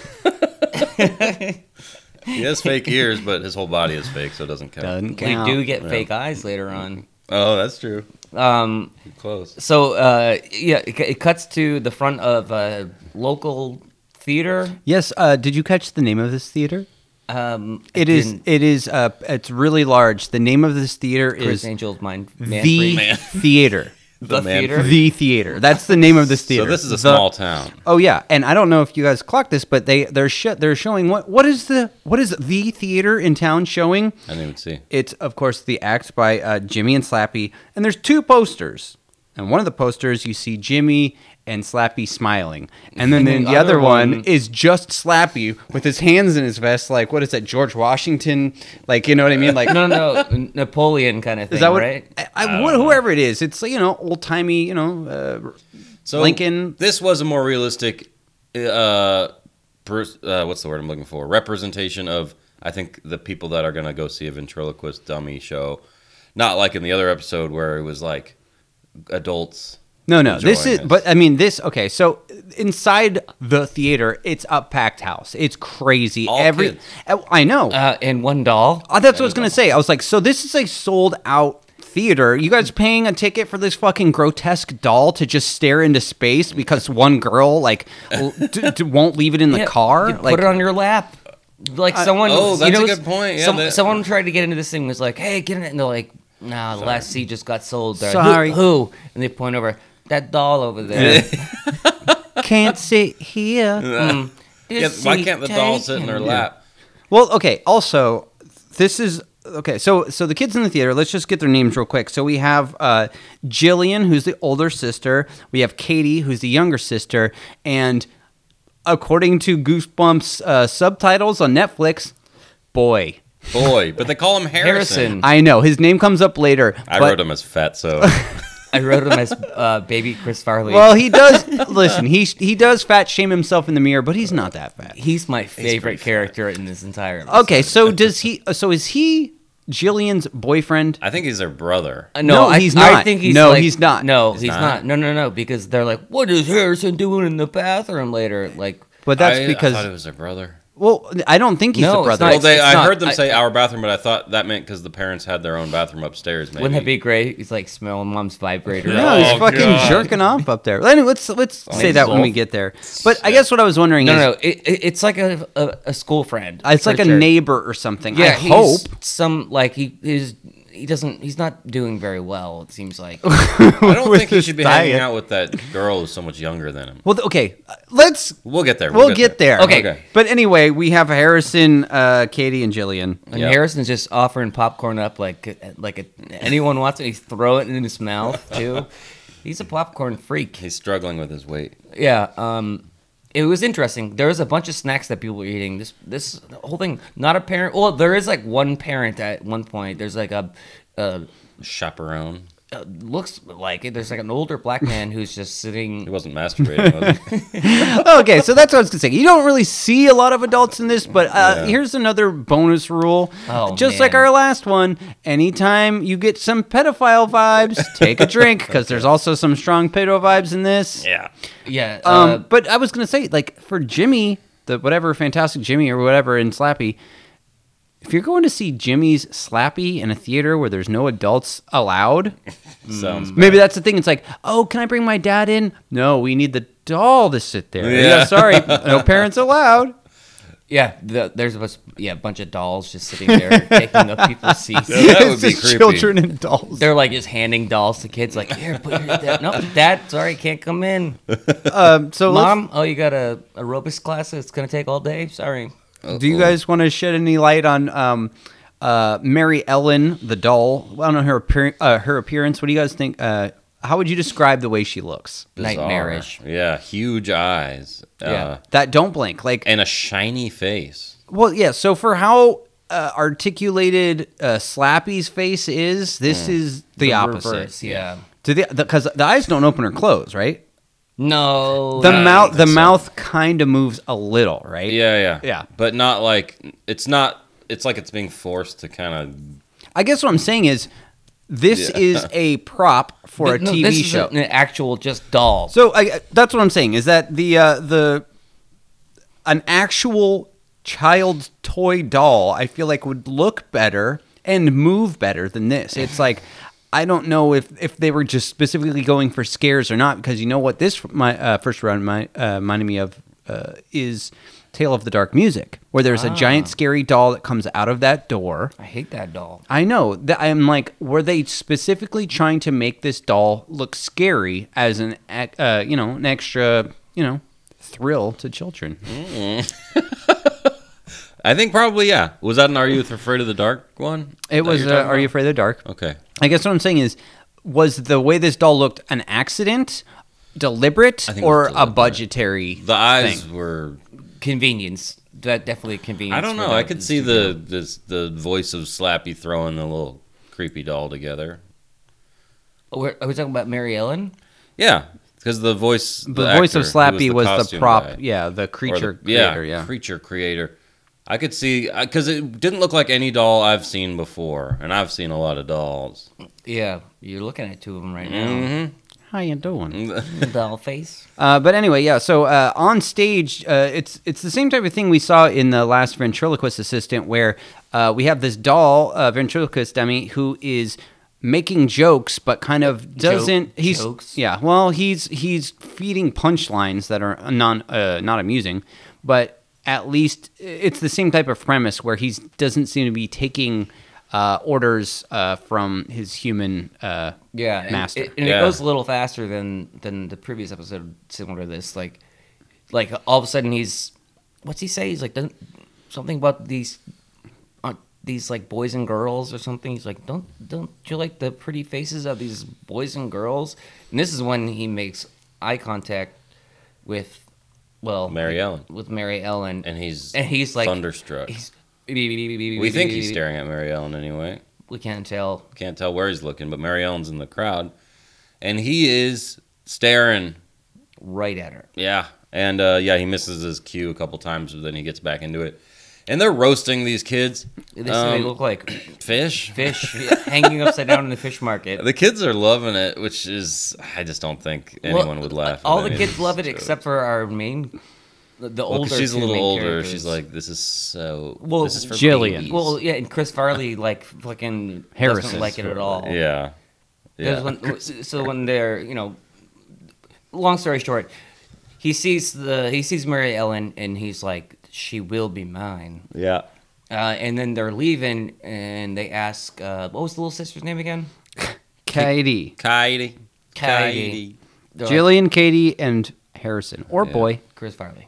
He has fake ears, but his whole body is fake, so it doesn't count. Doesn't we count. do get fake eyes later on. Oh, that's true. Um, Close. so uh, yeah, it, it cuts to the front of a local theater. Yes. Uh, did you catch the name of this theater? Um, It is. in It is. Uh, it's really large. The name of this theater Chris is Angel's mind. Man the Freak. Man. theater. the, Man theater. The theater. That's the name of this So theater. this is a The- small town. Oh yeah, and I don't know if you guys clocked this, but they they're sh- they're showing what what is the what is the theater in town showing? I didn't even see. It's of course the act by uh, Jimmy and Slappy, and there's two posters. And one of the posters you see Jimmy and Slappy smiling, and then, And the, the other other one, one- is just Slappy with his hands in his vest, like what is that George Washington? Like you know what I mean? Like no, no, no, Napoleon kind of thing, is that what? right? I, I, wh- whoever it is, it's you know old timey, you know. Uh, So Lincoln- This was a more realistic, uh, pers- uh, what's the word I'm looking for? Representation of I think the people that are gonna go see a ventriloquist dummy show, not like in the other episode where it was like adults. No, no. This is, enjoying it. but I mean, this. Okay, so inside the theater, it's a packed house. It's crazy. All Every, kids. Oh, I know. Uh, and one doll. Uh, that's what I was gonna say. I was like, so this is a sold out theater. You guys paying a ticket for this fucking grotesque doll to just stare into space because one girl like l- d- d- won't leave it in the Yeah, car? you Like, put it on your lap. Like someone. oh, you that's a know, good point. Yeah, some- that- someone tried to get into this thing. and Was like, hey, get in it. And they're like, nah, the last seat just got sold. There. Sorry. Who? And they point over that doll over there. can't sit here. Yeah, This why seat can't the doll sit in taken. their lap? Well, okay. Also, this is okay. So, so the kids in the theater. Let's just get their names real quick. So we have uh, Jillian, who's the older sister. We have Katie, who's the younger sister, and according to Goosebumps uh, subtitles on Netflix, boy. Boy, but they call him Harrison. Harrison. I know his name comes up later. I but- wrote him as fat, so I wrote him as uh, baby Chris Farley. Well, he does. listen, he he does fat shame himself in the mirror, but he's not that fat. he's my favorite character in this entire. Episode. Okay, so does he? So is he Jillian's boyfriend? I think he's their brother. Uh, No, I, he's I not. think he's No, like- he's not. No, he's, not. not. No, no, no. Because they're like, what is Harrison doing in the bathroom later? Like, But that's I- I because thought it was their brother. Well, I don't think he's No, the it's brother. not. Well, they, it's I not- heard them I- say our bathroom, but I thought that meant because the parents had their own bathroom upstairs. Maybe. wouldn't that be great? He's like smelling mom's vibrator. no, he's Oh, fucking God. jerking off up there. Well, Anyway, let's let's say that when we get there. But I guess what I was wondering No, is, no, it, it, it's like a, a, a school friend. Uh, it's for like a sure. neighbor or something. I Yeah, he's hope. some like he is. He doesn't. He's not doing very well. It seems like. I don't with think he his should be hanging diet. out with that girl who's so much younger than him. Well, th- okay, uh, let's We'll get there. we'll get there. Okay. Okay. But anyway, we have Harrison, uh, Katie, and Jillian. And Yeah. Harrison's just offering popcorn up like like a, anyone wants it. He throw it in his mouth too. He's a popcorn freak. He's struggling with his weight. Yeah. Um, it was interesting. There was a bunch of snacks that people were eating. This this whole thing. Not a parent. Well, there is like one parent at one point. There's like a. Uh, Chaperone. uh, looks like it. There's like an older black man who's just He sitting. wasn't masturbating. Was he? okay, so that's what I was gonna say. You don't really see a lot of adults in this, but uh, Yeah. here's another bonus rule. Oh, Just like man. our last one, anytime you get some pedophile vibes, take a drink because there's also some strong pedo vibes in this. yeah. Yeah. Um, uh, but I was gonna say, like for Jimmy, the whatever Fantastic Jimmy or whatever in Slappy, if you're going to see Jimmy's Slappy in a theater where there's no adults allowed, Sounds. maybe that's the thing. It's like, oh, can I bring my dad in? No, we need the doll to sit there. Yeah, Yeah. sorry, no parents allowed. yeah. The, there's a bunch, yeah, a bunch of dolls just sitting there taking up people's seats. Yeah. That would it's be just creepy. children and dolls. They're like just handing dolls to kids. Like here, put your dad. No, dad. Sorry, can't come in. Um, so, let's- Mom, oh, you got a aerobics class. It's gonna take all day. Sorry. do you guys want to shed any light on um, uh, Mary Ellen the doll? I don't know her appear- uh, her appearance. What do you guys think? Uh, how would you describe the way she looks? Bizarre. Nightmarish. Yeah. Huge eyes. Yeah. Uh, That don't blink. Like, and a shiny face. well, yeah. So for how uh, articulated uh, Slappy's face is, Mm. this is the, opposite. Reverse, yeah. Do the because the, eyes don't open or close, right? No. The no. mouth, the mouth kind of moves a little, right? Yeah. Yeah. Yeah. But not like it's not. It's like it's being forced to kind I guess what I'm saying is, this Yeah. is a prop for a No, TV this is show. an actual just doll. So I, that's what I'm saying is that the uh, the an actual child toy doll I feel like would look better and move better than this. It's like I don't know if, if they were just specifically going for scares or not because you know what this my uh, first round my, uh, reminded me of uh, is Tale of the Dark Music where there's a giant scary doll that comes out of that door. I hate that doll. I know that I'm like, were they specifically trying to make this doll look scary as an, ac- uh, you know, an extra, you know, thrill to children? Hmm. I think probably yeah. Was that an Are You Afraid of the Dark one? It That was. you're Uh, talking Are you about? afraid of the dark? Okay. I guess what I'm saying is, was the way this doll looked an accident, deliberate, I think it or was a deliberate. budgetary? The eyes were. Convenience. That definitely a convenience. I don't know. for I them. could see the this, the voice of Slappy throwing the little creepy doll together. Oh, We're- Are we talking about Mary Ellen? Yeah, because the voice the, voice actor of who Slappy was the, costume prop. guy, Yeah, or the the- creature creator. yeah, Yeah. creature creator. I could see because it didn't look like any doll I've seen before, and I've seen a lot of dolls. Yeah, you're looking at two of them right Mm. How you doing? now. doll face. Uh, but anyway, yeah. So uh, on stage, uh, it's it's the same type of thing we saw in the last ventriloquist assistant, where uh, we have this doll uh, ventriloquist dummy who is making jokes, but kind of doesn't. he's jokes? yeah. Well, he's he's feeding punchlines that are non uh, not amusing, but at least it's the same type of premise where he doesn't seem to be taking. Uh, orders uh, from his human uh, Yeah, and master. It, and Yeah. it goes a little faster than than the previous episode, similar to this. Like, like all of a sudden he's, what's he say? He's like doesn't, something about these, uh, these like boys and girls or something. He's like, don't don't you like the pretty faces of these boys and girls? And this is when he makes eye contact with, well, Mary Ellen. with Mary Ellen, And he's and he's like thunderstruck. He's, we think he's staring at Mary Ellen anyway. We can't tell. Can't tell where he's looking, but Mary Ellen's in the crowd, and he is staring. Right at her. Yeah, and uh, yeah, he misses his cue a couple times, but then he gets back into it. And they're roasting these kids. They, they Um, look like fish. fish hanging upside down in the fish market. The kids are loving it, which is I just don't think Well, anyone would laugh. at All the any of kids these love it jokes. except for our main, the, the Well, 'cause older. she's a two little main older. characters. She's like, this is so. well, this is for Jillian. babies." Well, yeah, and Chris Farley like fucking Harrison. doesn't like it at all. yeah, There's yeah. When, so when they're you know, long story short, he sees the he sees Mary Ellen and he's like, she will be mine. yeah. Uh, and then they're leaving and they ask, uh, what was the little sister's name again? Katie, Katie, Katie. They're like, Jillian, Katie, and Harrison, or Yeah. boy. Chris Farley.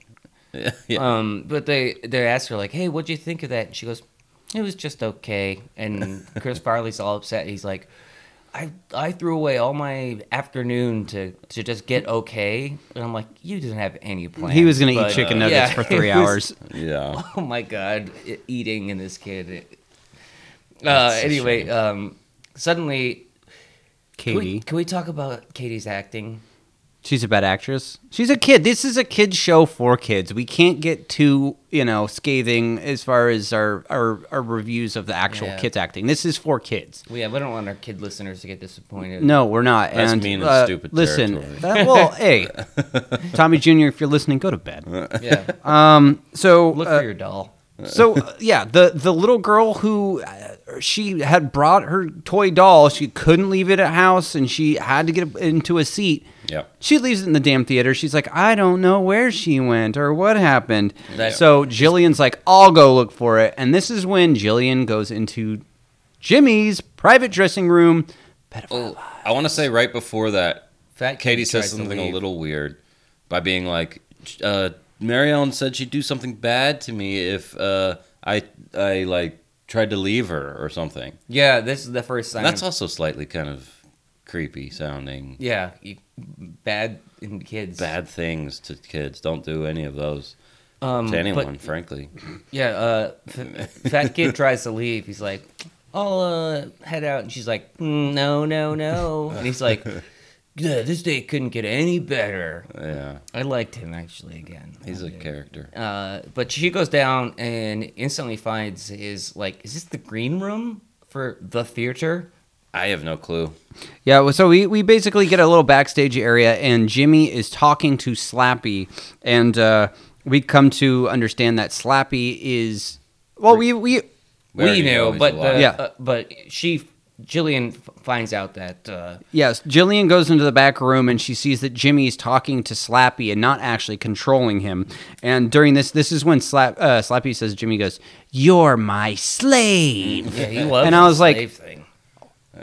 Katie. yeah. Um, but they they asked her like, "Hey, what'd you think of that?" And she goes, "It was just okay." And Chris Farley's all upset. He's like, "I I threw away all my afternoon to to just get okay." And I'm like, "You didn't have any plan." He was gonna eat But, chicken uh, nuggets yeah, for it three was- hours. yeah. Oh my god, e- eating in this kid. It- Uh, a anyway, um, suddenly, can we- Katie, can we talk about Katie's acting? she's a bad actress. She's a kid. This is a kid show for kids. We can't get too you know scathing as far as our our, our reviews of the actual Yeah. kids acting. This is for kids. We, yeah, we don't want our kid listeners to get disappointed. No, we're not. That's and, mean and uh, stupid Listen, territory. that, well, hey, Tommy Jr., if you're listening, go to bed. Yeah, So look uh, for your doll. so uh, yeah the the little girl who uh, she had brought her toy doll she couldn't leave it at house and she had to get into a seat Yep. she leaves it in the damn theater she's like i don't know where she went or what happened That- so jillian's like i'll go look for it and this is when jillian goes into jimmy's private dressing room pedophile Oh, I want to say right before that, Fat Katie kid says tries to something a leave. little weird by being like, uh, "Mary Ellen said she'd do something bad to me if uh, I I like tried to leave her or something." Yeah, this is the first time. That's also slightly kind of creepy sounding. Yeah, you, bad in kids. Bad things to kids. Don't do any of those um, to anyone, But, frankly. yeah, uh, f- fat kid tries to leave. He's like, "I'll uh, head out," and she's like, "Mm, "No, no, no," and he's like, "Yeah, "This day couldn't get any better." Yeah, I liked him actually again. he's I a did. character. Uh, but she goes down and instantly finds his like, is this the green room for the theater? I have no clue. Yeah, well, so we, we basically get a little backstage area, and Jimmy is talking to Slappy, and uh, we come to understand that Slappy is well, we we We already knew, he's but alive. the, Yeah. uh, but she Jillian f- finds out that uh, Yes, Jillian goes into the back room and she sees that Jimmy's talking to Slappy and not actually controlling him. And during this, this is when Slap, uh, Slappy says, Jimmy goes, You're my slave. yeah, he loves And I the was like- slave thing.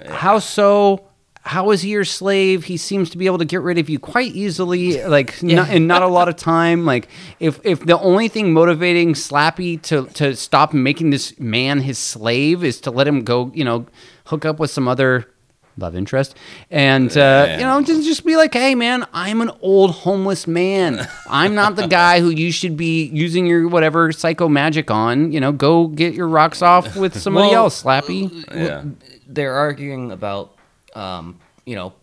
How so? How is he your slave? He seems to be able to get rid of you quite easily, like not, in not a lot of time. Like if if the only thing motivating Slappy to to stop making this man his slave is to let him go, you know, hook up with some other love interest, and uh, Yeah. you know, just just be like, hey man, I'm an old homeless man. I'm not the guy who you should be using your whatever psycho magic on. You know, go get your rocks off with somebody Well, else, Slappy. Yeah. They're arguing about, um, you know,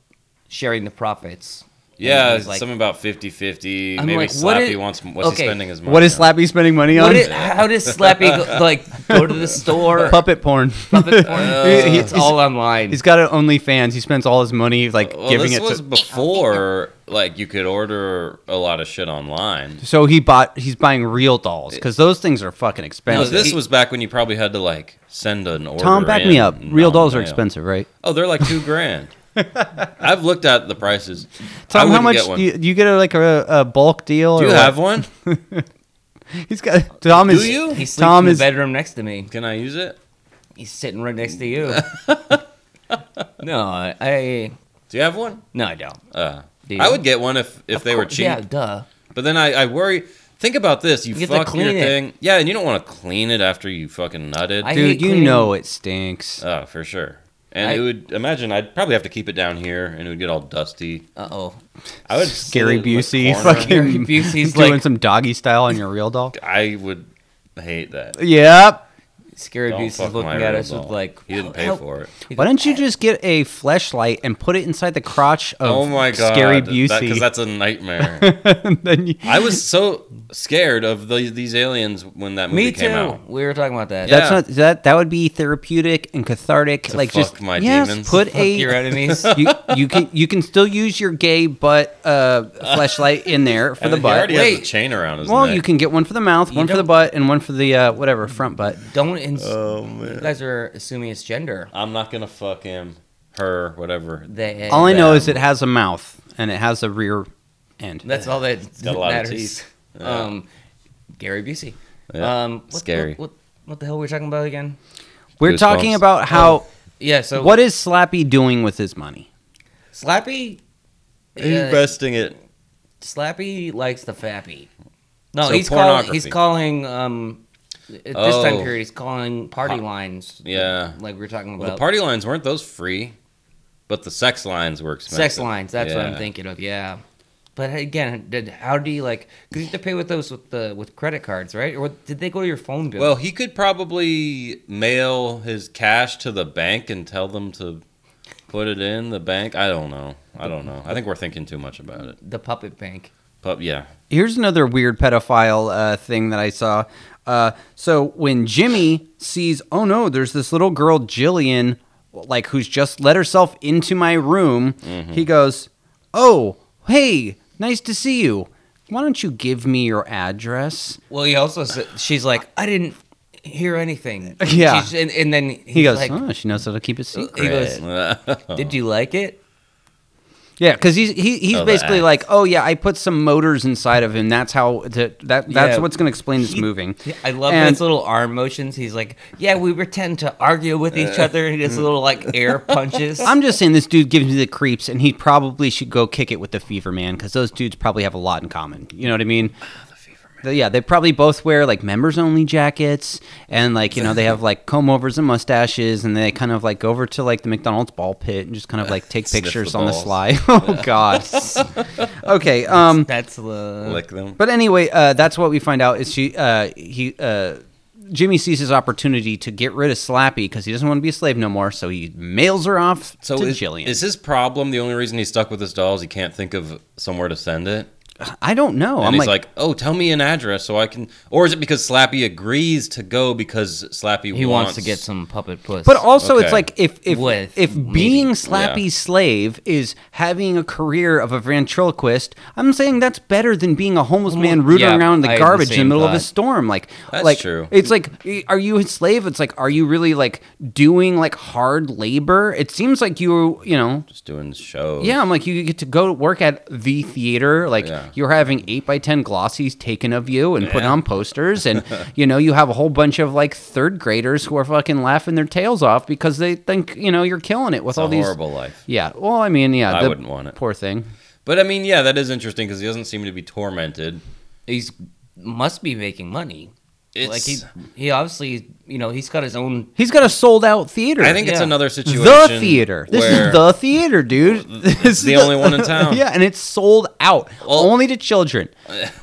sharing the profits. Yeah, And it's he's like, something about 50 50. I'm Maybe like, what Slappy it- wants. What's okay, he spending his money What is on? Slappy spending money on? what did- how does Slappy go, like go to the store? Puppet porn. puppet porn? Uh, He- it's all online. He's got an OnlyFans. He spends all his money like Well, giving this it was to. before, like, you could order a lot of shit online. So he bought. He's buying real dolls because those things are fucking No, expensive. this was back when you probably had to, like, send an order. Tom, back in me up. and Real not dolls are mail. expensive, right? Oh, they're like two grand. I've looked at the prices. I Tom, how wouldn't much Get one. do you, do you get a, like a, a bulk deal? Do or you what? have one? He's got. Tom is. you? he sleeps in Tom the is. bedroom next to me. Can I use it? He's sitting right next to you. no, I Do you have one? no, I don't. Uh, Do I you? would get one if if they were cheap. Yeah, duh. But then I, I worry. Think about this. You, You have to fuck your clean it. thing. Yeah, and you don't want to clean it after you fucking nutted. I- Dude, hate you cleaning- know it stinks. oh, for sure. And I- it would imagine I'd probably have to keep it down here, and it would get all dusty. Uh oh. I would Scary sit in the Busey, corner. Gary fucking Busey's doing like- some doggy style on your real doll. I would hate that. Yep. Scary Don't Beast fuck is my looking at real us with doll. like he didn't pay help. for it. Why don't you just get a fleshlight and put it inside the crotch of Oh my god, Scary because Busey? that's a nightmare. Then you- I was so scared of the, these aliens when that movie Me too. came out. We were talking about that. Yeah. That's not that. That would be therapeutic and cathartic. like just fuck my yes, demons. put Fuck a your enemies. you, you can you can still use your gay butt uh, flashlight in there for And the He butt. already has Wait. a chain around his Well, neck. you can get one for the mouth, one for the don't- butt, and one for the uh, whatever front butt. Don't. Ins- Oh man. you guys are assuming it's gender. I'm not gonna fuck him, her, whatever. They. All I know Damn. is it has a mouth and it has a rear end. That's all that Got a lot of matters. teeth. Um, Gary Busey. Yeah. Um, what, Scary. What, what, what the hell were we talking about again? We're Goosebumps. Oh, talking about how Yeah. So what is Slappy doing with his money? Slappy? Yeah, Investing it. Slappy likes the fappy. No, So he's calling. He's pornography. calling. Um, at this time Oh. period, he's calling party lines. Yeah. like we were talking about. Well, the party lines weren't those free, but the sex lines were expensive. sex lines. That's what I'm Yeah. thinking of. Yeah, but again, did how do you like? Because you have to pay with those with the with credit cards, right? Or did they go to your phone bill? Well, he could probably mail his cash to the bank and tell them to put it in the bank. I don't know. I don't know. I think we're thinking too much about it. the puppet bank. But yeah, Here's another weird pedophile uh, thing that I saw. Uh, so when Jimmy sees, oh no, there's this little girl Jillian, like who's just let herself into my room. Mm-hmm. He goes, oh hey, nice to see you. Why don't you give me your address? Well, he also said she's like, I didn't hear anything. Yeah. She's- and, and then He goes, like, oh, she knows how to keep it secret. he goes, did you like it? Yeah, because he's he, he's Oh, the basically axe. like, oh yeah, I put some motors inside of him. That's how to, that that's Yeah. what's going to explain this moving. Yeah, I love And- his little arm motions. He's like, yeah, we pretend to argue with each other, and he does little like air punches. I'm just saying this dude gives me the creeps, and he probably should go kick it with the Fever Man because those dudes probably have a lot in common. You know what I mean? The- Yeah, they probably both wear like members only jackets and like, you know, they have like comb overs and mustaches and they kind of like go over to like the McDonald's ball pit and just kind of like take Sniff the pictures on the balls. sly. oh god. okay, um That's the lick them. but anyway, uh, that's what we find out is she uh, he uh, Jimmy sees his opportunity to get rid of Slappy because he doesn't want to be a slave no more, so he mails her off So to is, Jillian. is his problem the only reason he's stuck with his dolls? He can't think of somewhere to send it. I don't know. And I'm he's like, like, "Oh, tell me an address so I can." Or is it because Slappy agrees to go because Slappy He wants to get some puppet puss. but also it's okay. like if if With, if maybe. being Slappy's Yeah. slave is having a career of a ventriloquist, I'm saying that's better than being a homeless man rooting yeah, around in I the had the garbage in same the middle of a thought. storm. Like That's like true. it's like y- are you his slave? It's like are you really like doing like hard labor? It seems like you you know just doing shows. Yeah, I'm like you get to go to work at the theater. Like Yeah. you're having eight by ten glossies taken of you and put Yeah. on posters, and you know you have a whole bunch of like third graders who are fucking laughing their tails off because they think you know you're killing it with it's all a these. horrible life. Yeah. Well, I mean, yeah. I the wouldn't want it. Poor thing. But I mean, yeah, that is interesting because he doesn't seem to be tormented. he's must be making money. It's, like he he obviously you know he's got his own He's got a sold out theater. I think it's Yeah. another situation. the theater. This where- is the theater, dude. This is the only one in town. yeah, and it's sold out Well- only to children.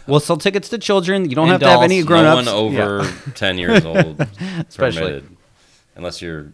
We'll sell tickets to children. You don't And have to have dolls. any grown no ups. one over ten years old, Especially. permitted, unless you're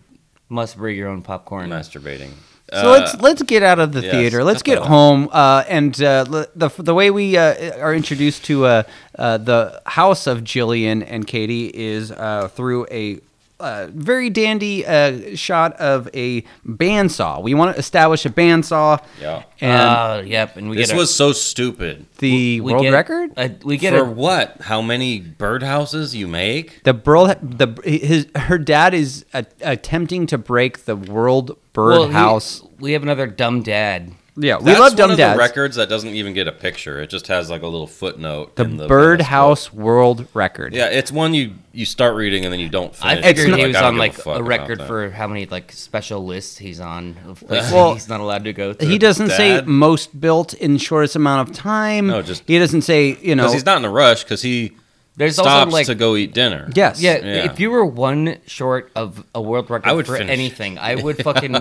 must bring your own popcorn. masturbating. So let's let's get out of the Uh, yes, theater. Let's get definitely. home. Uh, and uh, le- the the way we uh, are introduced to uh, uh, the house of Jillian and Katie is uh, through a. Uh, very dandy uh, shot of a bandsaw. We want to establish a bandsaw. Yeah. And Uh, yep, and we This get a- was so stupid. the we world get record. A, we get For a what? How many birdhouses you make? the Burl, the his her dad is a, attempting to break the world bird well, he- house. we have another dumb dad. yeah, we That's love one dumb of the dads. records that doesn't even get a picture. It just has like a little footnote. the in the birdhouse world record. Yeah, it's one you you start reading and then you don't I finish. figured You're he was I don't on give like fuck a about record that. for how many like special lists he's on of places Well, he's not allowed to go. Through. He doesn't say Dad? most built in shortest amount of time. No, just- he doesn't say you know. because he's not in a rush because he There's also stops like to go eat dinner. Yes. Yeah, Yeah. if you were one short of a world record I would for finish. anything, I would fucking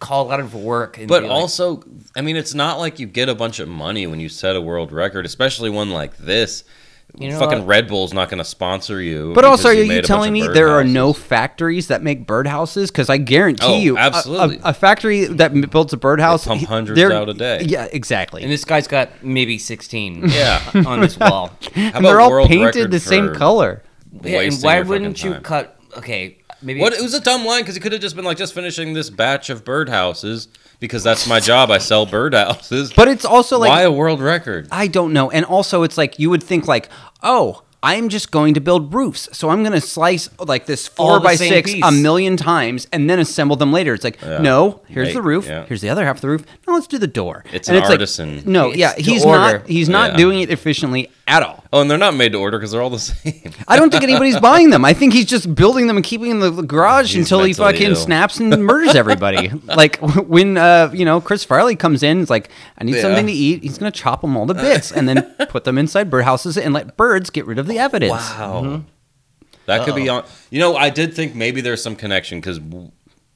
call out of work. And But be like, also, I mean, it's not like you get a bunch of money when you set a world record, especially one like this. You know Fucking what? Red Bull's not going to sponsor you. but also, because are made you a bunch telling of me there are birdhouses. no factories that make birdhouses? Because I guarantee Oh, you, a- a- absolutely. a, factory that m- builds a birdhouse, They pump he- hundreds they're- out a day. Yeah, exactly. and And, this guy's got maybe 16 Yeah. on this wall. How they're about all world painted record the same for color. Yeah, and wasting why your fucking wouldn't you time? cut? Okay, maybe What it was a dumb line because he could have just been like, just finishing this batch of birdhouses because that's my job. I sell birdhouses. But it's also like why a world record? I don't know. And also, it's like you would think like, oh, I'm just going to build roofs, so I'm going to slice like this four All the by same six piece. a million times and then assemble them later. It's like, no, here's Right, the roof, yeah. here's the other half of the roof. Now let's do the door. It's and an like, artisan. no, It's yeah, to he's order. not. He's not Yeah. doing it efficiently at all. Oh, and they're not made to order because they're all the same. I don't think anybody's buying them. I think he's just building them and keeping them in the garage He's until he mentally fucking ill. snaps and murders everybody. like when uh, you know Chris Farley comes in, it's like I need Yeah. something to eat. He's gonna chop them all to bits and then put them inside birdhouses and let birds get rid of the evidence. Mm-hmm. Wow. That could be on. You know, I did think maybe there's some connection because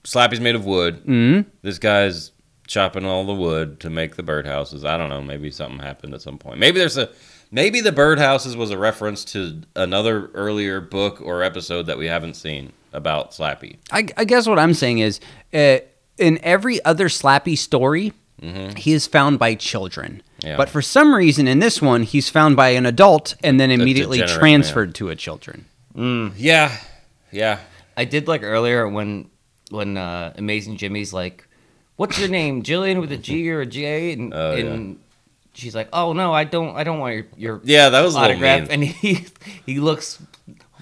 Slappy's made of wood. Mm-hmm. This guy's chopping all the wood to make the birdhouses. I don't know. Maybe something happened at some point. Maybe there's a. Maybe the birdhouses was a reference to another earlier book or episode that we haven't seen about Slappy. I, I guess what I'm saying is, uh, in every other Slappy story, he is found by children. Mm-hmm. Yeah. But for some reason, in this one, he's found by an adult and then immediately degenerate man. transferred to a children. Yeah, yeah. I did like earlier when when uh, Amazing Jimmy's like, "What's your name, Jillian with a G or a J?" And, Oh, yeah. and she's like, "Oh no, I don't, I don't want your your Yeah, that was a little autograph." mean. And he he looks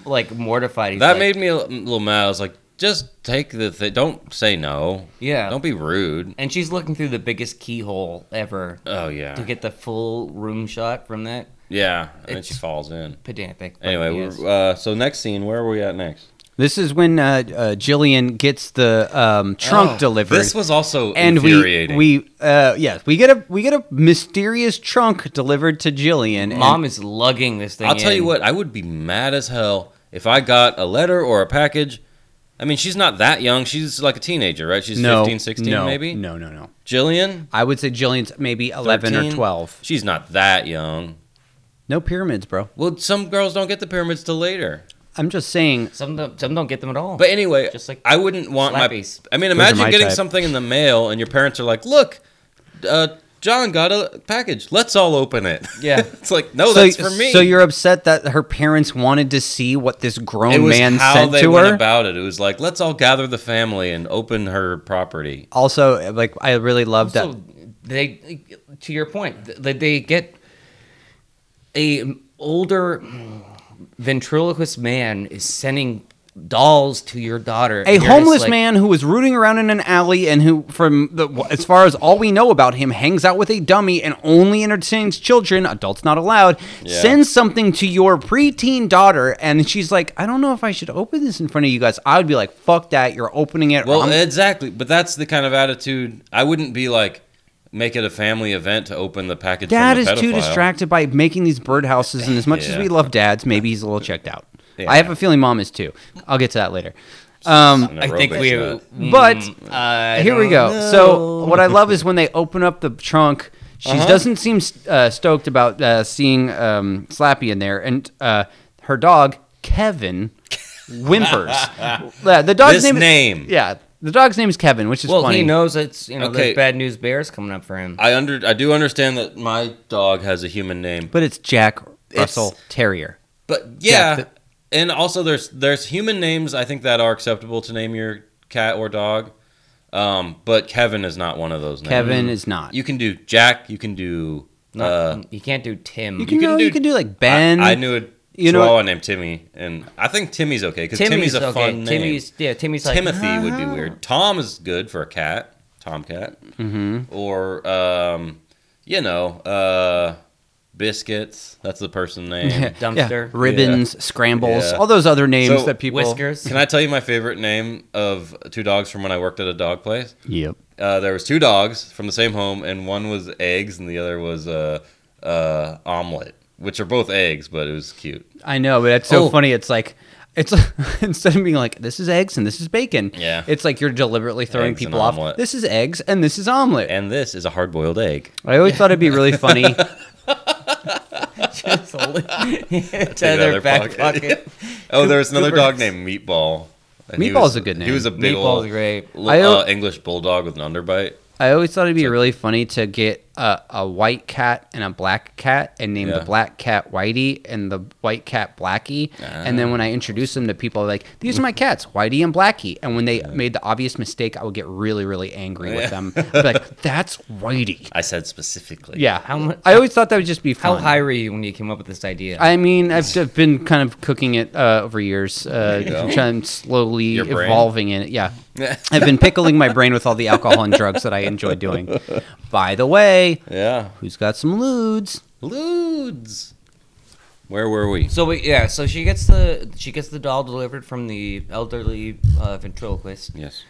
like mortified. He's that like, made me a little mad. I was like, just take the thing. Don't say no. Yeah. Don't be rude. and she's looking through the biggest keyhole ever Oh yeah. to get the full room shot from that yeah. And then she It's- falls in. pedantic. but Anyway, yes. we're, uh, so next scene, where are we at next? This is when uh, uh, Jillian gets the um, trunk delivered. Oh, This was also and we infuriating. we uh yes we get a we get a mysterious trunk delivered to Jillian. and- mom is lugging this thing. I'll tell you in. what, I would be mad as hell if I got a letter or a package. I mean, she's not that young. She's like a teenager, right? She's no, fifteen, sixteen, 15, 16 no, maybe? No, no, no. Jillian? I would say Jillian's maybe eleven 13? or twelve. She's not that young. No pyramids, bro. Well, some girls don't get the pyramids till later. I'm just saying. Some don't, some don't get them at all. But anyway, Just like I wouldn't want slappies. my. I mean, are imagine my getting type. something in the mail and your parents are like, "Look, uh, John got a package. Let's all open it. Yeah. it's like, no, so, Oh, that's for me. so you're upset that her parents wanted to see what this grown it was man how sent they to went her. about it. It was like, let's all gather the family and open her property. also, like I really loved that. So they, to your point, th- that they get a older ventriloquist man is sending dolls to your daughter. and a you're just homeless like, man who was rooting around in an alley and who from the, as far as all we know about him hangs out with a dummy and only entertains children adults not allowed Yeah. sends something to your preteen daughter and she's like i don't know if i should open this in front of you guys i would be like fuck that you're opening it Well, I'm- exactly. But that's the kind of attitude. I wouldn't be like, make it a family event to open the package. dad from is the too pedophile. distracted by making these birdhouses and as much as Yeah. we love dads maybe he's a little checked out Yeah. i have a feeling mom is too i'll get to that later um, An I think aerobic we, nut. But, Mm, I Here we don't go. know. So what I love is when they open up the trunk. She Uh-huh. doesn't seem uh, stoked about uh, seeing um, Slappy in there, and uh, her dog Kevin whimpers. yeah, the dog's This name. is- name. Yeah, the dog's name is Kevin, which is well, funny. he knows it's you know Okay. Uh, there's bad news bears coming up for him. I under I do understand that my dog has a human name, but it's Jack It's- Russell Terrier. but yeah, and also there's there's human names I think that are acceptable to name your cat or dog, um, but Kevin is not one of those. names. Kevin is not. Mm. You can do Jack. You can do. Not, uh, you can't do Tim. You can, can no, do- you can do like I- Ben. I, knew a you know- chihuahua named Timmy, and I think Timmy's okay because Timmy's, a fun name. Timmy's yeah. Timmy's like Timothy would be weird. Tom is good for a cat, tomcat, mm-hmm. or um, you know, uh, biscuits. That's the person name. dumpster. ribbons, scrambles, Yeah. all those other names So, that people. Whiskers. Can I tell you my favorite name of two dogs from when I worked at a dog place? Yep. Uh, there was two dogs from the same home, and one was eggs, and the other was uh, uh, omelet, which are both eggs, but it was cute. I know, but that's so Oh. funny. It's like it's instead of being like this is eggs and this is bacon. Yeah. it's like you're deliberately throwing Eggs and people off. omelet. Eh. This is eggs and this is omelet. And this is a hard-boiled egg. I always thought it'd be really funny. Just to Take it out of their back pocket. pocket. oh, there was another Cooper. dog named Meatball. And he Meatball's was- a good He name. was a big Meatball's old great. l- I o- uh, English bulldog with an underbite. I always thought it'd be really funny to get a, a white cat and a black cat and name Yeah. the black cat Whitey and the white cat Blackie. And then when Ah. I introduce them to people, like these are my cats, Whitey and Blackie. And when they made the obvious mistake, I would get really, really angry Yeah. with them. I'd be like, "That's Whitey." I said specifically. Yeah, How mu- I always thought that would just be How fun. high were you when you came up with this idea? I mean, I've d- been kind of cooking it uh, over years, you go. uh, trying slowly Your brain? evolving in it. Yeah, I've been pickling my brain with all the alcohol and drugs that I enjoy doing. By the way, Yeah. who's got some lewds? Ludes. Where were we? So we, yeah, so she gets the she gets the doll delivered from the elderly uh, ventriloquist, Yes.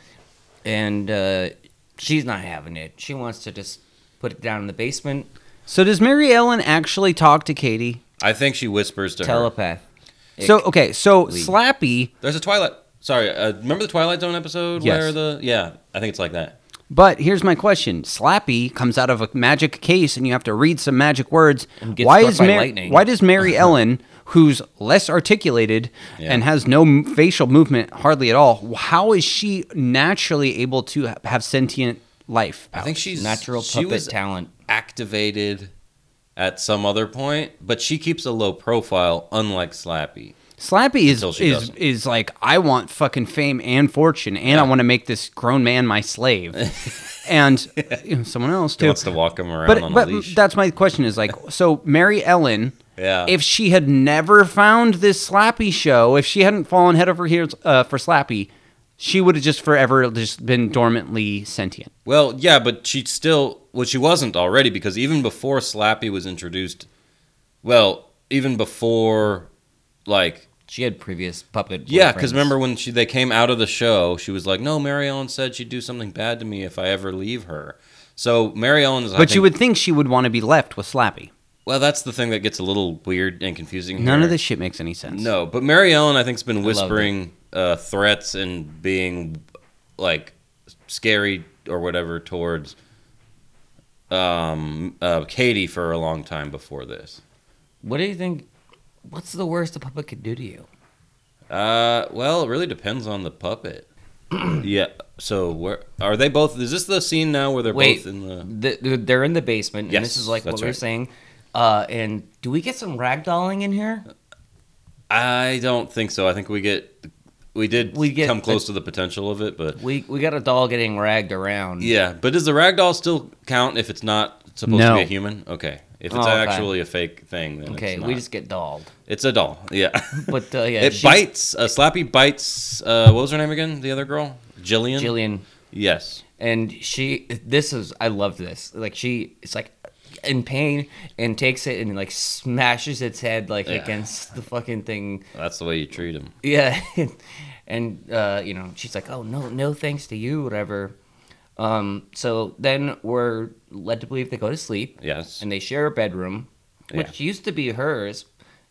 and uh, she's not having it. She wants to just put it down in the basement. So does Mary Ellen actually talk to Katie? I think she whispers to her. Telepath. So okay, so Ick. Slappy, There's a Twilight. Sorry, uh, remember the Twilight Zone episode Yes. where the yeah? I think it's like that. but here's my question: Slappy comes out of a magic case, and you have to read some magic words. And gets Why struck is by Mary? lightning. Why does Mary Ellen, who's less articulated Yeah. and has no m- facial movement hardly at all, how is she naturally able to ha- have sentient life? I think she's Natural she puppet was talent. activated at some other point, but she keeps a low profile, unlike Slappy. Slappy is Until is she doesn't. is like I want fucking fame and fortune, and I want to make this grown man my slave, and you know, someone else She too. wants to walk him around But on but a leash. that's my question is like so Mary Ellen. yeah. if she had never found this Slappy show, if she hadn't fallen head over heels uh, for Slappy, she would have just forever just been dormantly sentient. Well, yeah, but she still well, she wasn't already because even before Slappy was introduced, well, even before like She had previous puppet. yeah, because boyfriends. remember when she they came out of the show, she was like, "No, Mary Ellen said she'd do something bad to me if I ever leave her." So Mary Ellen's, I But you think- would think she would want to be left with Slappy. well, that's the thing that gets a little weird and confusing. None here. of this shit makes any sense. Mm-hmm. No, but Mary Ellen, I think, has been loved it. whispering uh, threats and being like scary or whatever towards um, uh, Katie for a long time before this. what do you think? What's the worst a puppet could do to you? Uh, well, it really depends on the puppet. yeah. So where are they both? Is this the scene now where they're Wait, both in the? the, they're in the basement, and this Yes, is like what that's we were right. saying. Uh, and do we get some ragdolling in here? I don't think so. I think we get we did We get come the- close to the potential of it, but We we got a doll getting ragged around. yeah. But does the ragdoll still count if it's not supposed No. to be a human? Okay. If it's Oh, okay. actually a fake thing, then Okay, it's we not. just get dolled. it's a doll. Yeah. But uh, yeah, it she's- bites. Uh, Slappy bites. Uh, what was her name again? The other girl, Jillian. Jillian, Yes. and she. This is I love this. Like she, it's like in pain and takes it and like smashes its head like Yeah. against the fucking thing. That's the way you treat him. Yeah, and uh, you know she's like, oh no, no thanks to you, whatever. Um, so then we're led to believe they go to sleep. Yes. and they share a bedroom, which Yeah. used to be hers,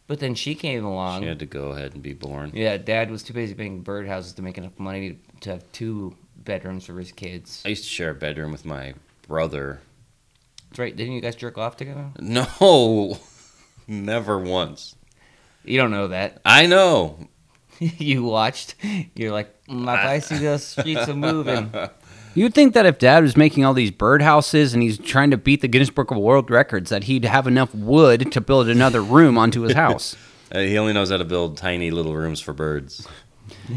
but then she came along. She had to go ahead and be born. Yeah, Dad was too busy making birdhouses to make enough money to have two bedrooms for his kids. I used to share a bedroom with my brother. That's right. Didn't you guys jerk off together? No, never once. You don't know that. I know. you watched. You're like, mm, if I see those streets are moving, You'd think that if Dad was making all these birdhouses and he's trying to beat the Guinness Book of World Records, that he'd have enough wood to build another room onto his house. Uh, he only knows how to build tiny little rooms for birds.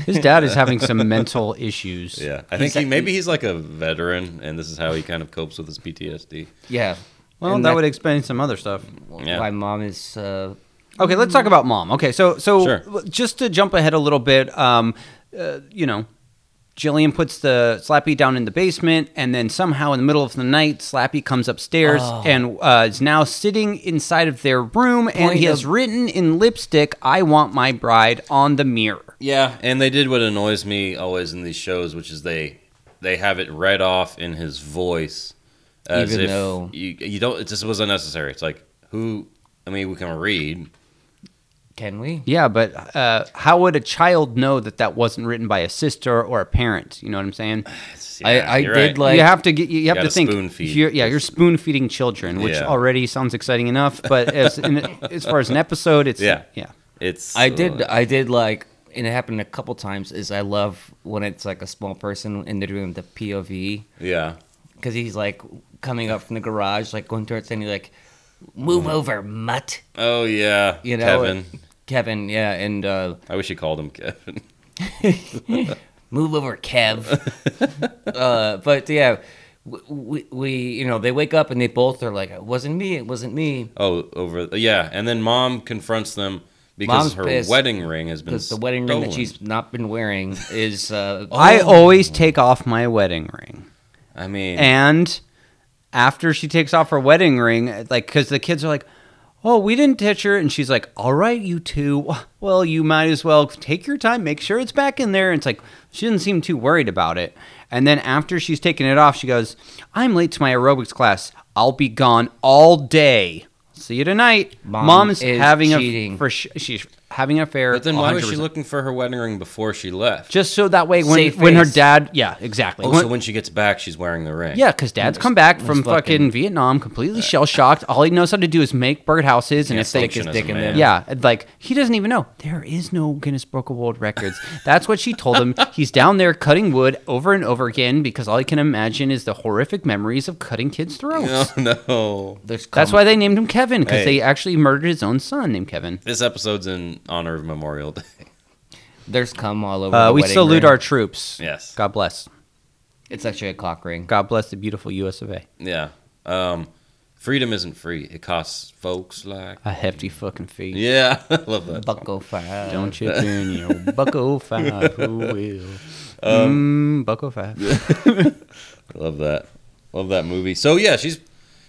His dad is having some mental issues. Yeah, I think he maybe he's like a veteran, and this is how he kind of copes with his PTSD. yeah. Well, And that that- would explain some other stuff. Yeah. My mom is. Uh, Okay, let's talk about mom. Okay, so so Sure. just to jump ahead a little bit, um, uh, you know, Jillian puts the Slappy down in the basement, and then somehow in the middle of the night, Slappy comes upstairs Oh. and uh, is now sitting inside of their room, and Point he has of- written in lipstick, "I want my bride" on the mirror. Yeah, and they did what annoys me always in these shows, which is they they have it read off in his voice, as Even if though- you you don't. It just was unnecessary. It's like who. I mean, we can read. can we? Yeah, but uh, how would a child know that that wasn't written by a sister or a parent? You know what I'm saying? It's- I- yeah, I you're did like- you have to get. You have to gotta think. spoon feed. You're, yeah, you're spoon feeding children, which Yeah. already sounds exciting enough. But as in, as far as an episode, it's Yeah. yeah. It's I did. uh, I did like, and it happened a couple times. Is I love when it's like a small person and they're doing the POV yeah. because he's like coming up from the garage, like going towards, and he's like, "Move over, mutt." Oh yeah, You know, Kevin. and- Kevin, yeah, and uh, I wish he called him Kevin. move over, Kev. uh, but yeah, we, we, we, you know, they wake up and they both are like, "It wasn't me. It wasn't me." Oh, over yeah, and then mom confronts them because Mom's her pissed wedding ring has been Because the wedding ring that stolen. she's not been wearing is. Uh, I always take off my wedding ring, I mean, and after she takes off her wedding ring, like because the kids are like, "Oh, we didn't touch her," and she's like, "All right, you two. Well, you might as well take your time, make sure it's back in there." And it's like she didn't seem too worried about it. And then after she's taken it off, she goes, "I'm late to my aerobics class. I'll be gone all day. See you tonight." Mom Mom's is having a cheating. for sh- she's having an affair. but then why was she 100%. looking for her wedding ring before she left? Just so that way, when Safe when her face. dad, yeah, exactly. oh, When- so when she gets back, she's wearing the ring. Yeah, because dad's come back from fucking- fucking, Vietnam, completely shell shocked. All he knows how to do is make birdhouses, and Can't if they, function his as a dick in man. them. yeah, and, like he doesn't even know there is no Guinness Book of World Records. That's what she told him. He's down there cutting wood over and over again because all he can imagine is the horrific memories of cutting kids' throats. No, Oh, no. there's That's cum- why they named him Kevin because Hey. they actually murdered his own son named Kevin. This episode's in honor of Memorial Day. there's cum all over. Uh, the we wedding salute ring. our troops. Yes. God bless. It's actually a cock ring. God bless the beautiful U.S. of A. Yeah. Um, freedom isn't free. It costs folks like. A hefty fucking fee. Yeah, I love that. Buckle five. Don't you turn your bucko five, who will? Um, bucko five. Love that. Love that movie. So yeah, she's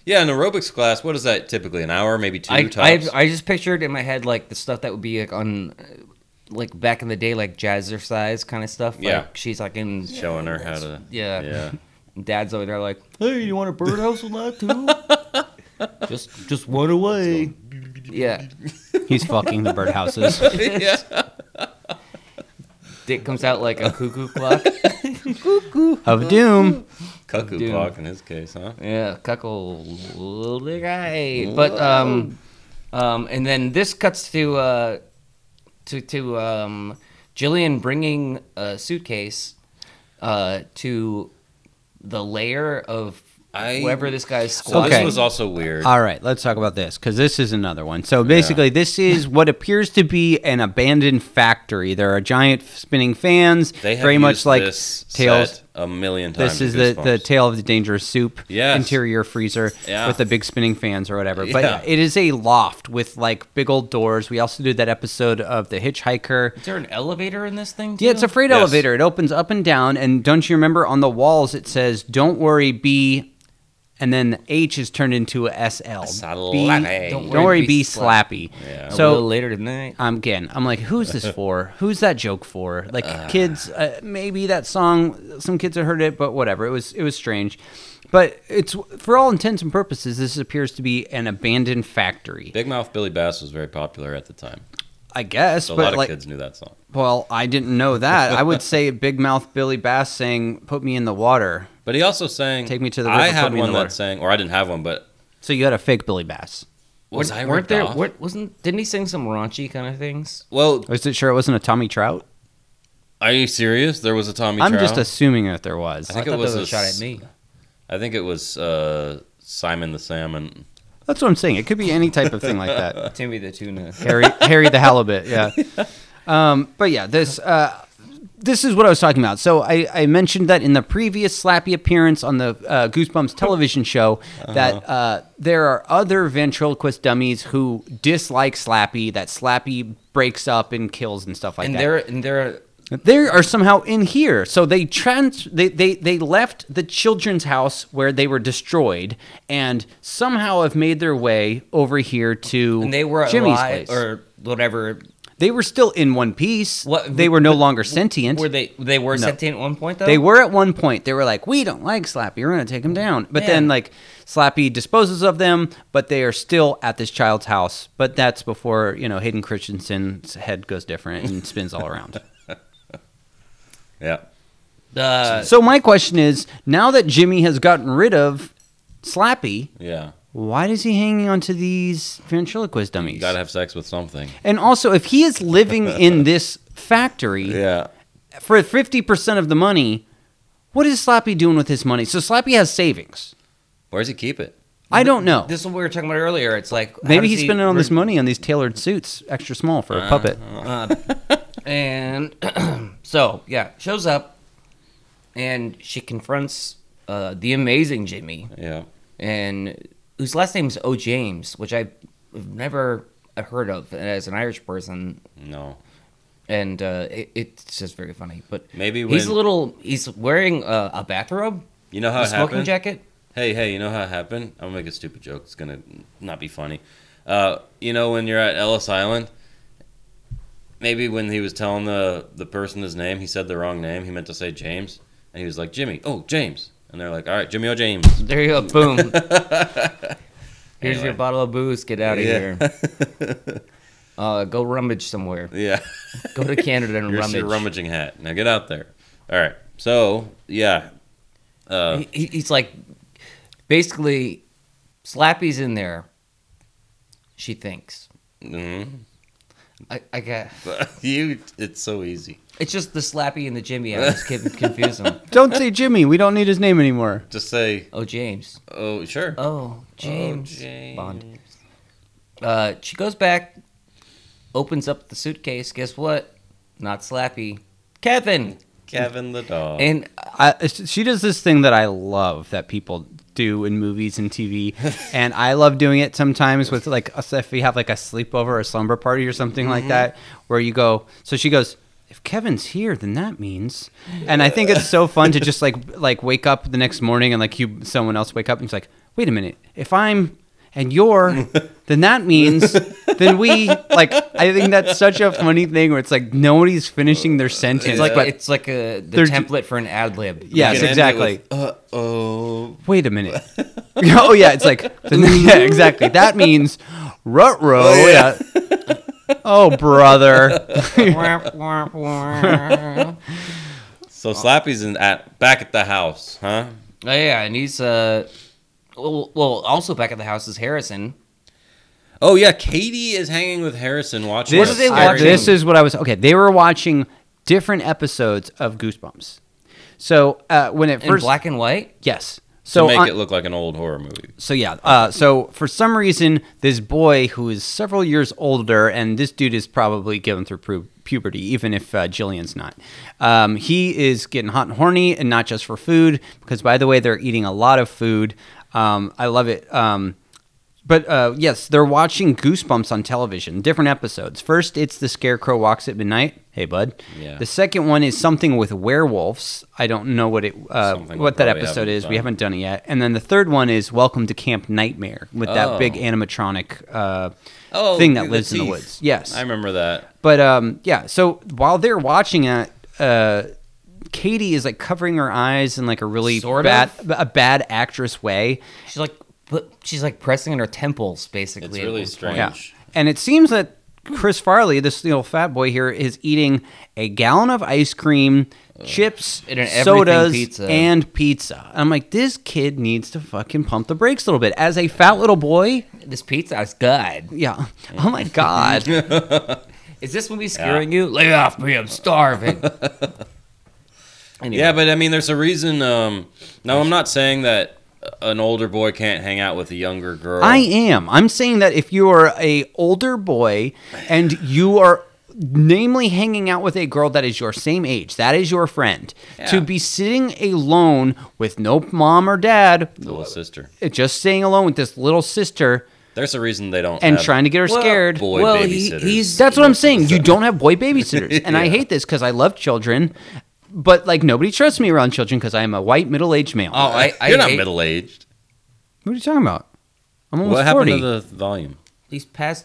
yeah in aerobics class. What is that typically? An hour, maybe two I, I tops. I just pictured in my head like the stuff that would be like on uh, like back in the day like jazzercise kind of stuff. Like, Yeah. she's like in Showing her how to. Yeah. Yeah. Dad's over there like, hey, you want a birdhouse with that too? just just one away. Yeah. He's fucking the birdhouses. yeah. Dick comes out like a cuckoo clock. of doom. Cuckoo Dude. clock in his case, huh? yeah, cuckoo guy. But um um and then this cuts to uh to to um Jillian bringing a suitcase uh, to the layer of I- whoever this guy's So squatting. Okay. this was also weird. All right, let's talk about this because this is another one. So basically, this is what appears to be an abandoned factory. There are giant f- spinning fans, they have very much used like this Tails. set a million times. This in is the, the Goosebumps. tale of the dangerous soup Yes. interior freezer Yeah. with the big spinning fans or whatever. Yeah. But it is a loft with like big old doors. We also did that episode of The Hitchhiker. Is there an elevator in this thing? Too? Yeah, it's a freight Yes. elevator. It opens up and down. And don't you remember on the walls it says, don't worry, B. And then H is turned into a SL. B- Slappy. don't worry, be slappy. Yeah. So a So little later tonight. um, again, I'm like, who's this for? who's that joke for? Like, kids, uh, maybe that song, some kids have heard it, but whatever. It was, it was strange. But it's for all intents and purposes, this appears to be an abandoned factory, Big Mouth Billy Bass was very popular at the time. I guess. So a but lot of like, kids knew that song. well, I didn't know that. I would say Big Mouth Billy Bass sang "Put Me in the Water," But he also sang Take me to the I river, put had me in one the water. that sang, or I didn't have one, but so you had a fake Billy Bass. was Weren't- I weren't ripped there? off? weren't- wasn't didn't he sing some raunchy kind of things? Well, I wasn't sure it wasn't a Tommy Trout. are you serious? There was a Tommy. I'm Trout. just assuming that there was. I think I it thought was that a was a shot s- at me. I think it was uh, Simon the Salmon. That's what I'm saying. It could be any type of thing like that. Timmy the tuna. Harry Harry the halibut. Yeah. Um, but yeah, this uh, this is what I was talking about. So I, I mentioned that in the previous Slappy appearance on the uh, Goosebumps television show Uh-huh. that uh, there are other ventriloquist dummies who dislike Slappy. That Slappy breaks up and kills and stuff like and that. there and there are They are somehow in here. So they trans they, they they left the children's house where they were destroyed and somehow have made their way over here to and they were Jimmy's alive place. or whatever. They were still in one piece. What- they were no but- longer sentient. Were they they were No. sentient at one point though? They were at one point. They were like, "We don't like Slappy. We're going to take him down." But then, Man. like, Slappy disposes of them, but they are still at this child's house. But that's before you know Hayden Christensen's head goes different and spins all around. Yeah. Uh, so my question is: Now that Jimmy has gotten rid of Slappy, Yeah. why is he hanging onto these ventriloquist You dummies? gotta have sex with something. and also, if he is living in this factory, Yeah. for fifty percent of the money, what is Slappy doing with his money? So Slappy has savings. Where does he keep it? I don't know. this is what we were talking about earlier. It's like how Maybe does he's he spending all re- this money on these tailored suits, extra small for a puppet. uh, And so yeah, shows up, and she confronts uh, the amazing Jimmy, Yeah. and whose last name's O James, which I've never heard of as an Irish person, No. and uh, it, it's just very funny. But Maybe he's when- a little. He's wearing a, a bathrobe, You know how a Oh, it smoking happened? jacket. Hey, hey, you know how it happened? I'm gonna make a stupid joke. It's gonna not be funny. Uh, you know when you're at Ellis Island, maybe when he was telling the the person his name, he said the wrong name. He meant to say James, and he was like Jimmy. Oh, James. And they're like, all right, Jimmy O. James. There you go. Boom. Here's your Anyway. bottle of booze. Get out of Yeah. here. Uh, go rummage somewhere. Yeah. Go to Canada and Here's rummage. your rummaging hat. Now get out there. All right. So yeah. Uh, He- he- he's like, basically, Slappy's in there. She thinks. mhm. I, I got. you. It's so easy. It's just the Slappy and the Jimmy. I just can confuse them. Don't say Jimmy. We don't need his name anymore. Just say, Oh, James. oh sure. Oh, James. James. Bond. Uh, she goes back, opens up the suitcase. Guess what? Not Slappy. Kevin. Kevin the dog. And I, she does this thing that I love that people do in movies and TV, and I love doing it sometimes with like us if we have like a sleepover or slumber party or something like that, where you go. So she goes. If Kevin's here, then that means, and I think it's so fun to just like like wake up the next morning and like you someone else wake up and it's like, wait a minute, if I'm and you're, then that means then we like. I think that's such a funny thing where it's like nobody's finishing their sentence. It's like but it's like a the They're ju- template for an ad lib. yes, You can end it exactly. with, Uh oh. wait a minute. oh yeah, it's like the, yeah, exactly. That means rut row. Oh, yeah. yeah. oh brother. yeah, So Slappy's in at back at the house, huh? Oh, and he's uh, well, well, also back at the house is Harrison. Oh yeah, Katie is hanging with Harrison watching. What a are they scary I- watching? this is what I was okay. They were watching different episodes of Goosebumps. So uh, when it In first, black and white? yes. to So make on- it look like an old horror movie. so yeah, uh, so for some reason, this boy who is several years older, and this dude is probably going through pu- puberty, even if uh, Jillian's not. Um, he is getting hot and horny, and not just for food, because by the way, they're eating a lot of food. Um, I love it. Um, but uh, yes, they're watching Goosebumps on television, different episodes. First, it's The Scarecrow Walks at Midnight. Hey, bud. Yeah. The second one is something with werewolves. I don't know what it uh, Something we what that probably episode haven't is. We done. haven't haven't done it yet. And then the third one is Welcome to Camp Nightmare with that Oh. big animatronic uh, Oh, thing that the lives in the teeth. woods. Yes. I remember that. But um, yeah, so while they're watching it, uh, Katie is like covering her eyes in like a really Sort bad, of. a bad actress way. She's like, but she's like pressing on her temples, basically. It's at really one strange. point. Yeah. And it seems that Chris Farley, this little fat boy here, is eating a gallon of ice cream, chips, And an everything sodas, pizza. and pizza. I'm like, this kid needs to fucking pump the brakes a little bit. As a fat little boy, This pizza is good. Yeah. Oh my god. Is this movie scaring you? Lay off me, I'm starving. anyway, Yeah, but I mean, there's a reason. Um, no, I'm not saying that an older boy can't hang out with a younger girl. I am. I'm saying that if you are a older boy and you are namely hanging out with a girl that is your same age, that is your friend, to Yeah. be sitting alone with no mom or dad, little sister. just staying alone with this little sister There's a reason they don't. and have- trying to get her Well, scared. boy Well, he- babysitters. he's- That's what I'm saying. You don't have boy babysitters. And I hate this cuz I love children, but like nobody trusts me around children cuz I am a white middle-aged male. oh, I, I You're not hate middle aged. What are you talking about? I'm almost What 40. happened to the volume? these past.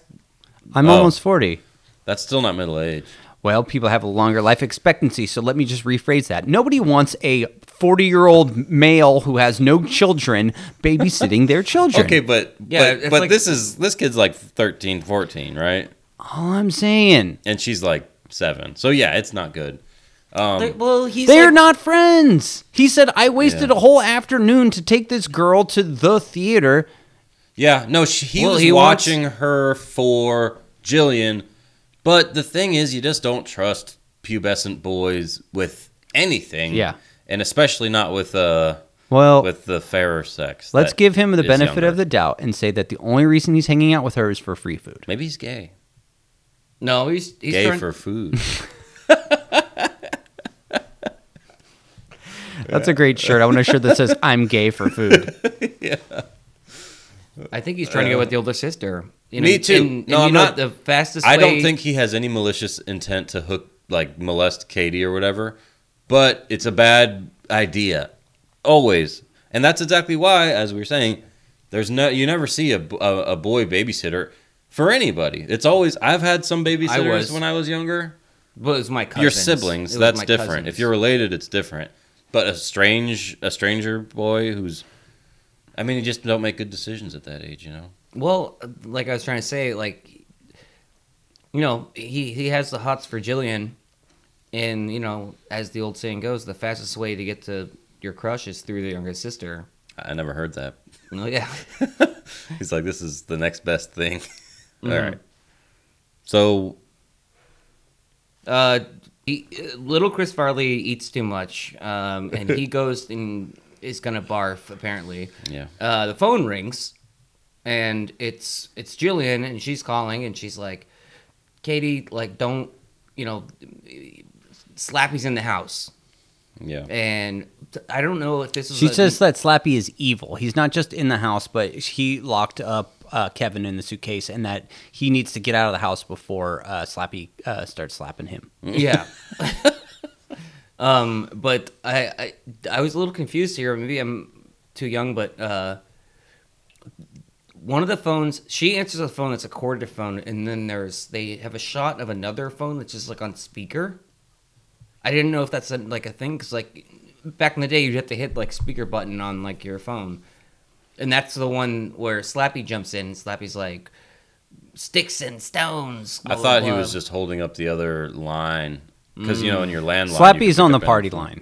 I'm Oh. almost 40. That's still not middle aged. Well, people have a longer life expectancy, so let me just rephrase that. Nobody wants a 40 year old male who has no children babysitting their children. Okay, but Yeah, it's but, but like- this is this kid's like 13, 14, right? All I'm saying, And she's like seven. So yeah, it's not good. Um, They- well, he's they're like- not friends. He said, I wasted Yeah. a whole afternoon to take this girl to the theater. Yeah, no, she, he Well, was he wants- watching her for Jillian, but the thing is, you just don't trust pubescent boys with anything. Yeah. and especially not with uh Well, with the fairer sex. let's that give him the is benefit of younger. the doubt and say that the only reason he's hanging out with her is for free food. Maybe he's gay. No, he's he's gay trying- for food. That's a great shirt. I want a shirt that says, I'm gay for food. I think he's trying to get with the older sister. You Uh, me too. And, and No, you I'm know not- the fastest. I don't way- think he has any malicious intent to hook like molest Katie or whatever, but it's a bad idea always, and that's exactly why, as we were saying, there's no you never see a, b- a- a boy babysitter for anybody. It's always I've had some babysitters was. when I was younger. Well, it was my cousins. Your It siblings, was that's my different. cousins. If you're related, it's different. But a strange a stranger boy who's, I mean, you just don't make good decisions at that age, you know. Well, like I was trying to say, like you know, he he has the hots for Jillian, and you know, as the old saying goes, the fastest way to get to your crush is through the younger sister. I I never heard that. No, yeah, He's like, this is the next best thing. All Mm-hmm. right. So Uh, he, little Chris Farley eats too much, um, and he goes and is gonna barf apparently. yeah, Uh, the phone rings, and it's it's Jillian, and she's calling, and she's like, "Katie, like, don't you know, Slappy's in the house." yeah. and th- I don't know if this is. She a- says that Slappy is evil. He's not just in the house, but he locked up uh, Kevin in the suitcase, and that he needs to get out of the house before uh, Slappy uh, starts slapping him. Mm. yeah. um, but I, I I was a little confused here. Maybe I'm too young, but uh, one of the phones she answers a phone that's a corded phone, and then there's they have a shot of another phone that's just like on speaker. I didn't know if that's a, like a thing because like back in the day you'd have to hit like speaker button on like your phone, and that's the one where Slappy jumps in. Slappy's like. Sticks and stones. I blah, thought he blah, was blah." just holding up the other line because you Mm. know in your landline. you Slappy's can on the pick up party anything. line.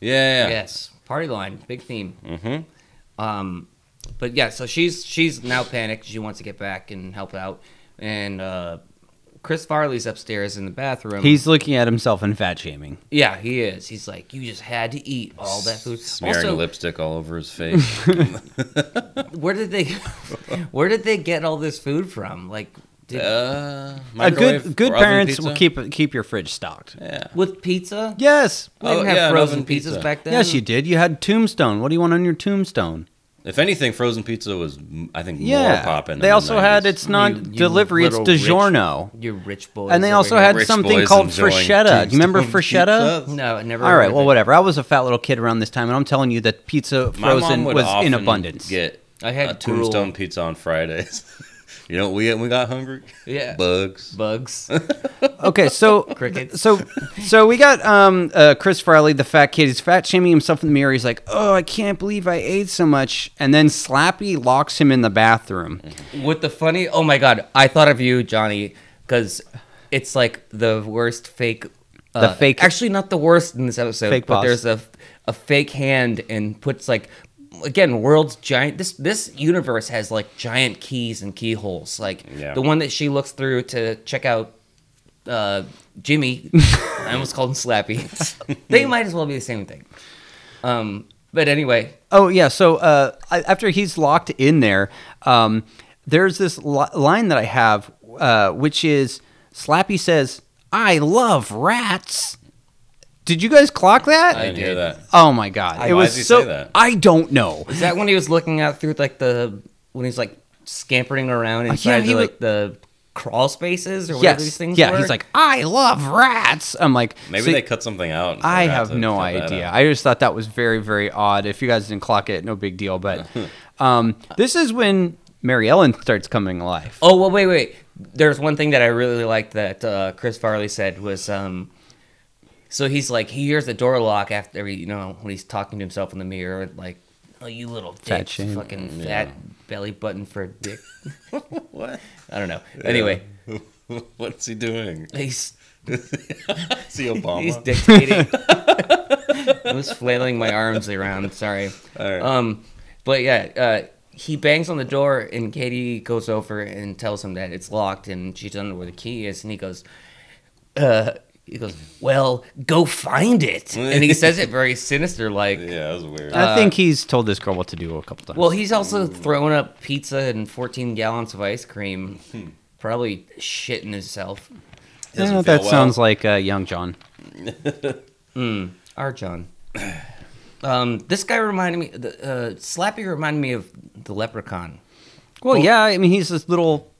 Yeah, yeah. yeah. Yes, party line, big theme. Mhm. Um, but yeah, so she's she's now panicked. She wants to get back and help out, and uh, Chris Farley's upstairs in the bathroom. He's looking at himself and fat shaming. yeah, he is. He's like, you just had to eat all that food. Smearing also, lipstick all over his face. where did they, where did they get all this food from? Like, did, uh, Uh, good microwave, good oven parents pizza? will keep keep your fridge stocked. Yeah. with pizza? Yes. we didn't Oh, have yeah, an frozen oven pizzas pizza. back then. Yes, you did. You had tombstone. What do you want on your tombstone? If anything, frozen pizza was, m- I think, more Yeah. popping. they in also the 90s. had it's not You- you delivery, it's little rich- DiGiorno. You rich boys. And they over also here. had Rich something boys called enjoying freshetta. Do you remember tombstone freshetta? pizza. No, I never. All right, heard well, of it. whatever. I was a fat little kid around this time, and I'm telling you that pizza My mom frozen would was in often abundance. Get I had a tombstone gruel. pizza on Fridays. you know, what we we got hungry. Yeah. bugs. Bugs. Okay, so Crickets. So, so we got um, uh, Chris Farley, the fat kid. He's fat shaming himself in the mirror. He's like, "Oh, I can't believe I ate so much." And then Slappy locks him in the bathroom. Mm-hmm. With the funny, oh my god, I thought of you, Johnny, because it's like the worst fake. Uh, The fake- actually not the worst in this episode, Fake but boss. there's a a fake hand and puts like, again, world's giant. This this universe has like giant keys and keyholes, like Yeah. the one that she looks through to check out. Uh, Jimmy, I almost called him Slappy. they might as well be the same thing. Um, but anyway, Oh yeah. So uh, I- after he's locked in there, um, there's this li- line that I have, uh, which is Slappy says, "I love rats." Did you guys clock that? I didn't hear did. that. oh my god! it Why'd was you so. say that? I don't know. Is that when he was looking out through like the when he's like scampering around inside Uh, he the, was- like the crawl spaces or whatever Yes. these things yeah. were? He's like, "I love rats." I'm like, Maybe so- they cut something out. and I forgot have to no cut that idea. out. I just thought that was very, very odd. If you guys didn't clock it, no big deal. But um, this is when Mary Ellen starts coming alive. oh well, wait, wait. There's one thing that I really liked that uh, Chris Farley said was um. So he's like he hears the door lock after he- you know when he's talking to himself in the mirror like oh you little dick Fat shame. fucking Yeah. fat belly button for a dick What? I don't know anyway What's he doing? he's Is he Obama? he's dictating I was flailing my arms around sorry All right. Um, but yeah, uh, he bangs on the door, and Katie goes over and tells him that it's locked, and she doesn't know where the key is, and he goes, uh, he goes, well, go find it, and he says it very sinister, like. yeah, that was weird. I think he's told this girl what to do a couple times. Well, he's also throwing up pizza and 14 gallons of ice cream, probably shitting himself. doesn't feel Eh, that well. sounds like uh, young John. Our John. Um, this guy reminded me, the, uh, Slappy reminded me of the leprechaun. Well, yeah. I mean, he's this little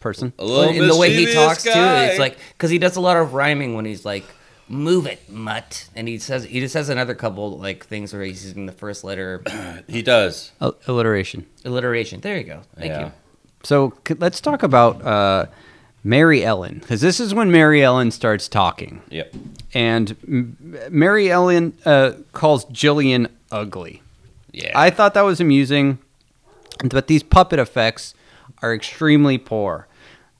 person. a little in the way he mischievous talks guy. too. It's like because he does a lot of rhyming when he's like, "Move it, mutt," and he says he just has another couple like things where he's using the first letter he does. Al- alliteration. alliteration. There you go. Thank Yeah. So c- let's talk about uh, Mary Ellen because this is when Mary Ellen starts talking, Yep. and M- Mary Ellen uh, calls Jillian ugly. Yeah. I thought that was amusing, but these puppet effects are extremely poor.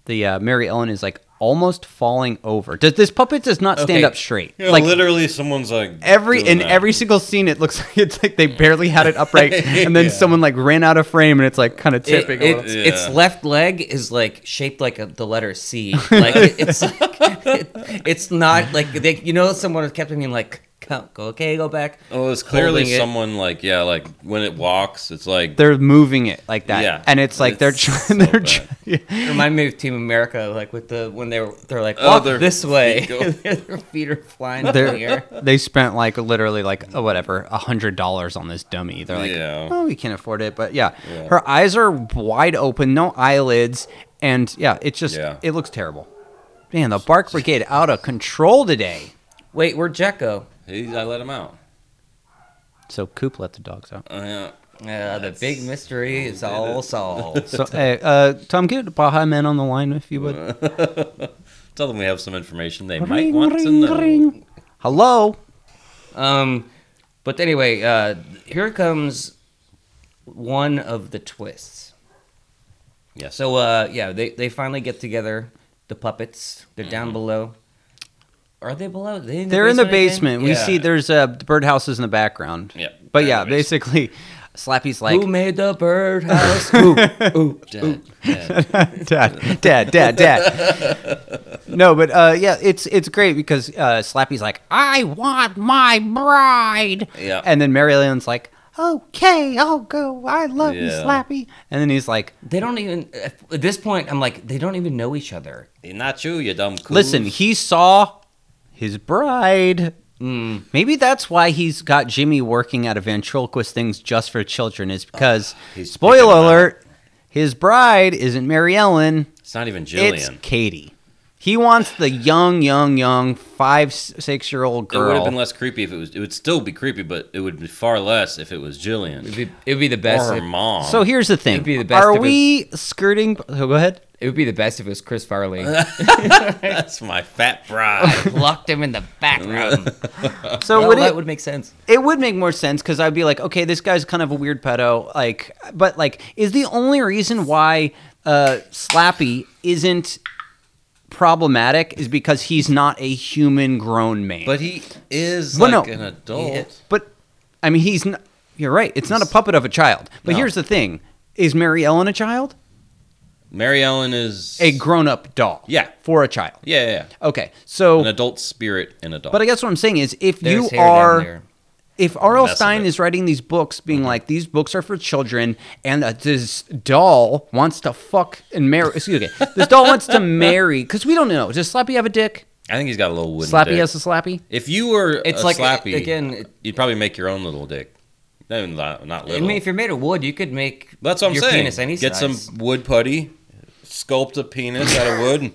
The uh, Mary Ellen is like almost falling over. Does this puppet does not Okay. stand up straight? Yeah, like literally, someone's like every doing in that. every single scene, it looks like it's like they barely had it upright, and then Yeah. someone like ran out of frame, and it's like kind of you. tipping. It, a it, little. Yeah. Its left leg is like shaped like a, the letter C. Like it- it's like, it, it's not like they, you know someone kept being like go go, okay go back. Oh, it's clearly holding it. someone like yeah, like when it walks, it's like they're moving it like that, Yeah. and it's like they're It's trying. so they're bad. trying. It reminded me of Team America like with the when they're they're like Oh, walk their this way. feet go- their feet are flying in the They're, air. they spent like literally like oh, whatever a hundred dollars on this dummy. They're like, yeah. Oh, we can't afford it, but yeah. Yeah. Her eyes are wide open, no eyelids, and yeah, it just Yeah. it looks terrible. Man, the Bark Brigade out of control today. Wait, where'd Jekko? He, I let him out. So Coop let the dogs out. Uh, yeah. Uh, the big mystery is all solved. So hey, uh, Tom, get Baja Men on the line if you would. Tell them we have some information Uh, they might Ring, want to ring, know. ring. Hello. um, but anyway, uh, here comes one of the twists. Yeah. So So uh, yeah, they they finally get together. The puppets, they're down below. Are they below? They in They're in the again? basement. We Yeah. see there's uh, birdhouses in the background. Yeah, But they're in yeah, the basement. basically, Slappy's like, Who made the birdhouse? Ooh, ooh. Dad, dad. dad, dad, dad, dad. no, but uh, yeah, it's it's great because uh, Slappy's like, I want my bride. Yeah. And then Mary Ellen's like, Okay, I'll go. I love you, Yeah. Slappy. And then he's like, They don't even. At this point, I'm like, they don't even know each other. Not you, you dumb. Coos. Listen, he saw his bride. Maybe that's why he's got Jimmy working at a ventriloquist things just for children is because he's picking spoiler him out. alert, his bride isn't Mary Ellen. it's not even It's Jillian. Katie. He wants the young, young, young five, six year old It would have girl. been less creepy if it was. It would still be creepy, but it would be far less if it was Jillian It'd be, it'd be the best. or her If, mom. so here's the thing: It'd be the best if Are it- we skirting? Oh, go ahead. it would be the best if it was Chris Farley. that's my fat bride. Locked him in the background. So well, would Uh, that it, would make sense. it would make more sense because I'd be like, okay, this guy's kind of a weird pedo. Like, but like, is the only reason why uh, Slappy isn't problematic is because he's not a human grown man. but he is Well, like no. an adult. But I mean, he's not. You're right. It's not a puppet of a child. But No. here's the thing: is Mary Ellen a child? Mary Ellen is a grown-up doll. Yeah. for a child. yeah, yeah, yeah. Okay, an so adult spirit in adult. but I guess what I'm saying is if There's you hair down are there. if R.L. Mess of Stein it. Mm-hmm. is writing these books, being like these books are for children, and that this doll wants to fuck and marry. Excuse me, this doll wants to marry because we don't know. Does Slappy have a dick? I think he's got a little wooden. Slappy dick. has a Slappy. If you were It's it's like, like slappy again, it- you'd probably make your own little dick. No, not, not I little. mean, if you're made of wood, you could make That's what I'm your saying. penis any Get size. some wood putty, sculpt a penis out of wood, and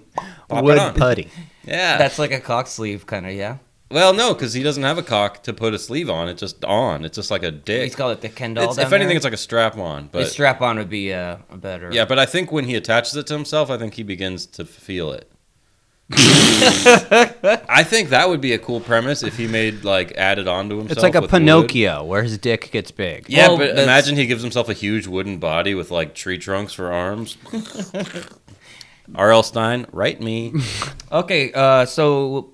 pop Wood it on. putty. yeah. That's like a cock sleeve kind of, yeah. well, no, because he doesn't have a cock to put a sleeve on. It's just on. It's just like a dick. He's called it the Ken doll. It's- if anything, it's like a strap on. But strap on would be uh, a better. yeah, but I think when he attaches it to himself, I think he begins to feel it. I think that would be a cool premise if he made like added onto himself. It's like a with wood. Pinocchio where his dick gets big. Yeah, Well, but that's- imagine he gives himself a huge wooden body with like tree trunks for arms. R.L. Stein, write me. Okay, uh, so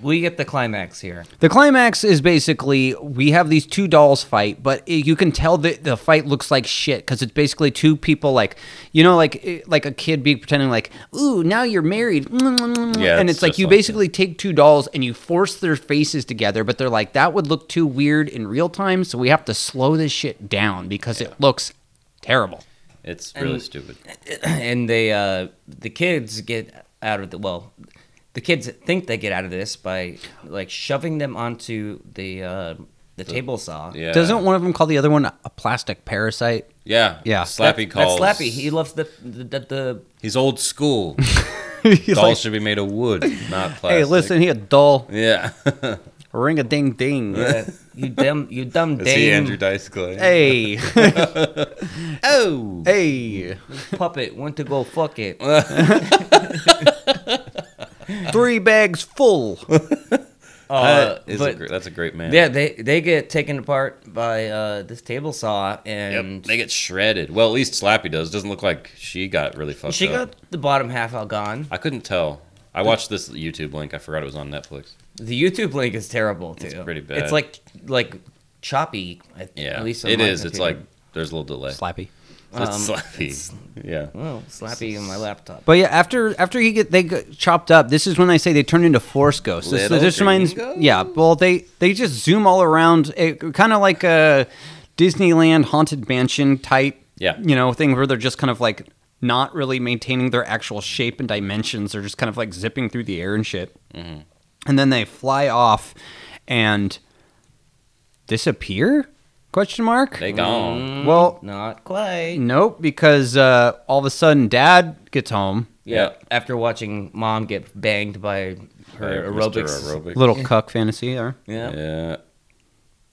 we get the climax here. The climax is basically we have these two dolls fight, but it, you can tell that the fight looks like shit because it's basically two people like, you know, like eh, like a kid being pretending like, ooh, now you're married, Yeah, and it's it's like just you like that. basically take two dolls and you force their faces together, but they're like that would look too weird in real time, so we have to slow this shit down because it looks terrible. It's really And- stupid. and they uh, the kids get out of the well the kids think they get out of this by like shoving them onto the uh, the table saw Yeah. Doesn't one of them call the other one a a plastic parasite? Yeah. Yeah. That- Slappy calls. that's slappy he loves the the, the, the He's old school. He's Dolls like, should be made of wood, not plastic. hey, listen here, doll, Yeah. ring a ding ding. you dumb you dumb Is he dame Andrew Dice Clay? Hey, Oh. hey, puppet went to go fuck it Uh, three bags full. uh, That is a but gr- that's a great man. yeah they they get taken apart by uh, this table saw and Yep. They get shredded. Well, at least Slappy does. Doesn't look like she got really fucked she up. got the bottom half out gone I couldn't tell. I watched this YouTube link. I forgot it was on Netflix. The YouTube link is terrible too. It's pretty bad. It's like like choppy. I- Yeah. at least on it my is. It's like computer. there's a little delay. Slappy. it's Slappy. yeah. well, slappy on my laptop. But yeah, after after he get they get chopped up, this is when I say they turn into force ghosts. This, Little this reminds gringo? yeah. Well, they they just zoom all around, kind of like a Disneyland haunted mansion type. Yeah. you know thing where they're just kind of like not really maintaining their actual shape and dimensions. They're just kind of like zipping through the air and shit, Mm-hmm. and then they fly off and disappear? Question mark. They gone. Mm, Mm, well, Not quite. Nope, because uh, all of a sudden dad gets home, Yeah. Yeah. After watching mom get banged by her Hey, Mr. aerobics. Aerobic. little cuck fantasy there. Yeah. Yeah. That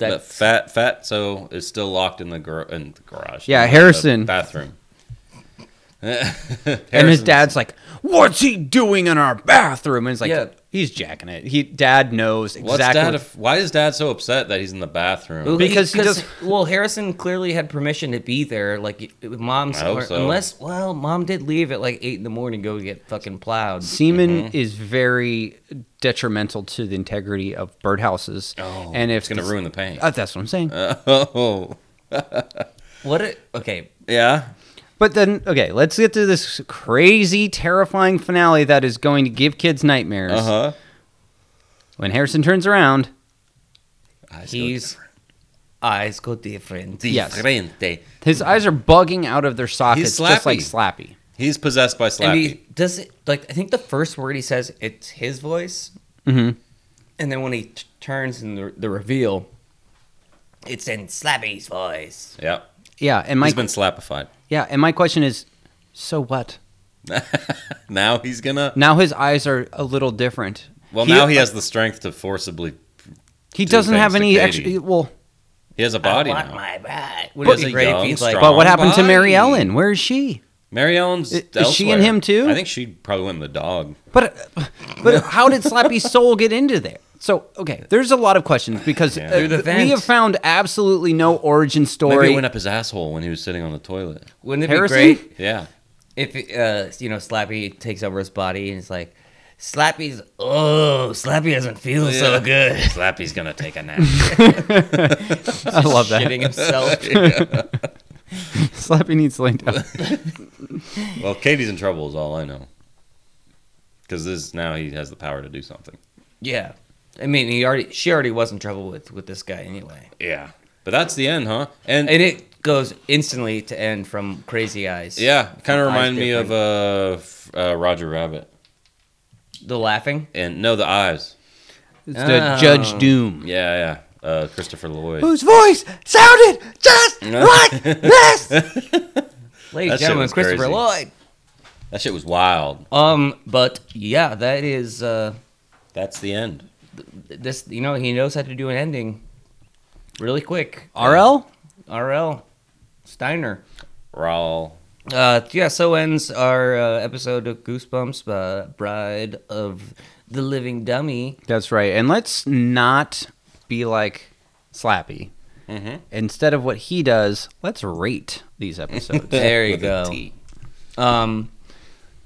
That's fat fat so is still locked in the gar- in the garage. Yeah, In the Harrison. bathroom. And his Harrison's- dad's like, What's he doing in our bathroom? And it's like, Yeah. He's jacking it. He Dad knows What's exactly. dad? If, why is dad so upset that he's in the bathroom? Well, Because he does- well, Harrison clearly had permission to be there. Like it- it- mom's, I hope or- so. unless well, mom did leave at like eight in the morning to go get fucking plowed. Semen Mm-hmm. is very detrimental to the integrity of birdhouses. Oh, and if Uh, it's gonna this- ruin the paint. Uh, that's what I'm saying. oh, What? It, okay. Yeah. But then, okay, let's get to this crazy, terrifying finale that is going to give kids nightmares. Uh huh. When Harrison turns around, He's eyes go different. Yes. his eyes are bugging out of their sockets, just like Slappy. He's possessed by And Slappy. he does it like I think the first word he says it's his voice, Mm-hmm. Mhm. and then when he t- turns in the, the reveal, it's in Slappy's voice. yeah. Yeah, and my he's been slappified. yeah, and my question is, so what? Now he's gonna. Now his eyes are a little different. Well, He- uh, now he has the strength to forcibly. He do doesn't things have to any Katie. extra. Well, He has a I body want now. my bride. Would But- it be great if Young, he's like, strong. but what happened to body. Mary Ellen? Where is she? Mary Ellen's. I- is she and elsewhere. him too? I think she probably went with the dog. But but how did Slappy's soul get into there? So okay, there's a lot of questions because Yeah. uh, Through the we vent. have found absolutely no origin Maybe story. it went up his asshole when he was sitting on the toilet. wouldn't it Harrison? be great Yeah. if uh, you know Slappy takes over his body and it's like, Slappy's oh Slappy doesn't feel so Yeah. good. Slappy's gonna take a nap. I love that. Shitting himself. Slappy needs laying down. well, Katie's in trouble is all I know. Because this now he has the power to do something. yeah, I mean he already she already was in trouble with with this guy anyway. Yeah. But that's the end, huh? And And it goes instantly to end from Crazy Eyes. yeah, kind of Eyes reminded me of different. uh, f- uh, Roger Rabbit. The laughing. And no, the eyes. It's the Oh. Judge Doom. Yeah, yeah. Uh, Christopher Lloyd. Whose voice sounded just like Ladies this? That and shit gentlemen, was Christopher crazy. Lloyd. That shit was wild. Um, but yeah, that is uh That's the end. this you know, he knows how to do an ending really quick. RL? RL Steiner. Rawl. Uh yeah, so ends our uh, episode of Goosebumps uh, Bride of the Living Dummy. That's right. And let's not be like Slappy. Mm-hmm. Mhm. Instead of what he does, let's rate these episodes. There you With a go. T. Um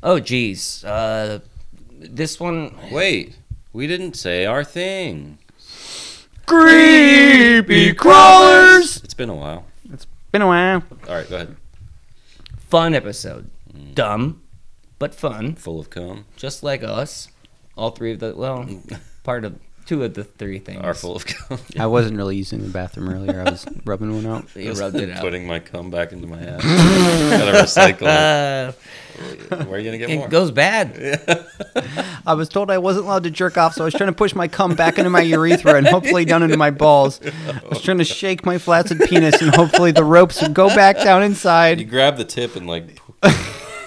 oh geez. Uh this one Wait, we didn't say our thing. Creepy crawlers. It's been a while. Been a while. All right, go ahead. fun episode. Dumb, but fun. Full of cum. just like us. All three of the well, part of two of the three things. Are full of cum. I wasn't really using the bathroom earlier. I was rubbing one out. You rubbed it out. Putting my cum back into my ass. Gotta recycle Uh, it. Where are you gonna get more? it goes bad. I was told I wasn't allowed to jerk off, so I was trying to push my cum back into my urethra and hopefully down into my balls. I was trying to shake my flaccid penis and hopefully the ropes would go back down You inside. grab the tip and like,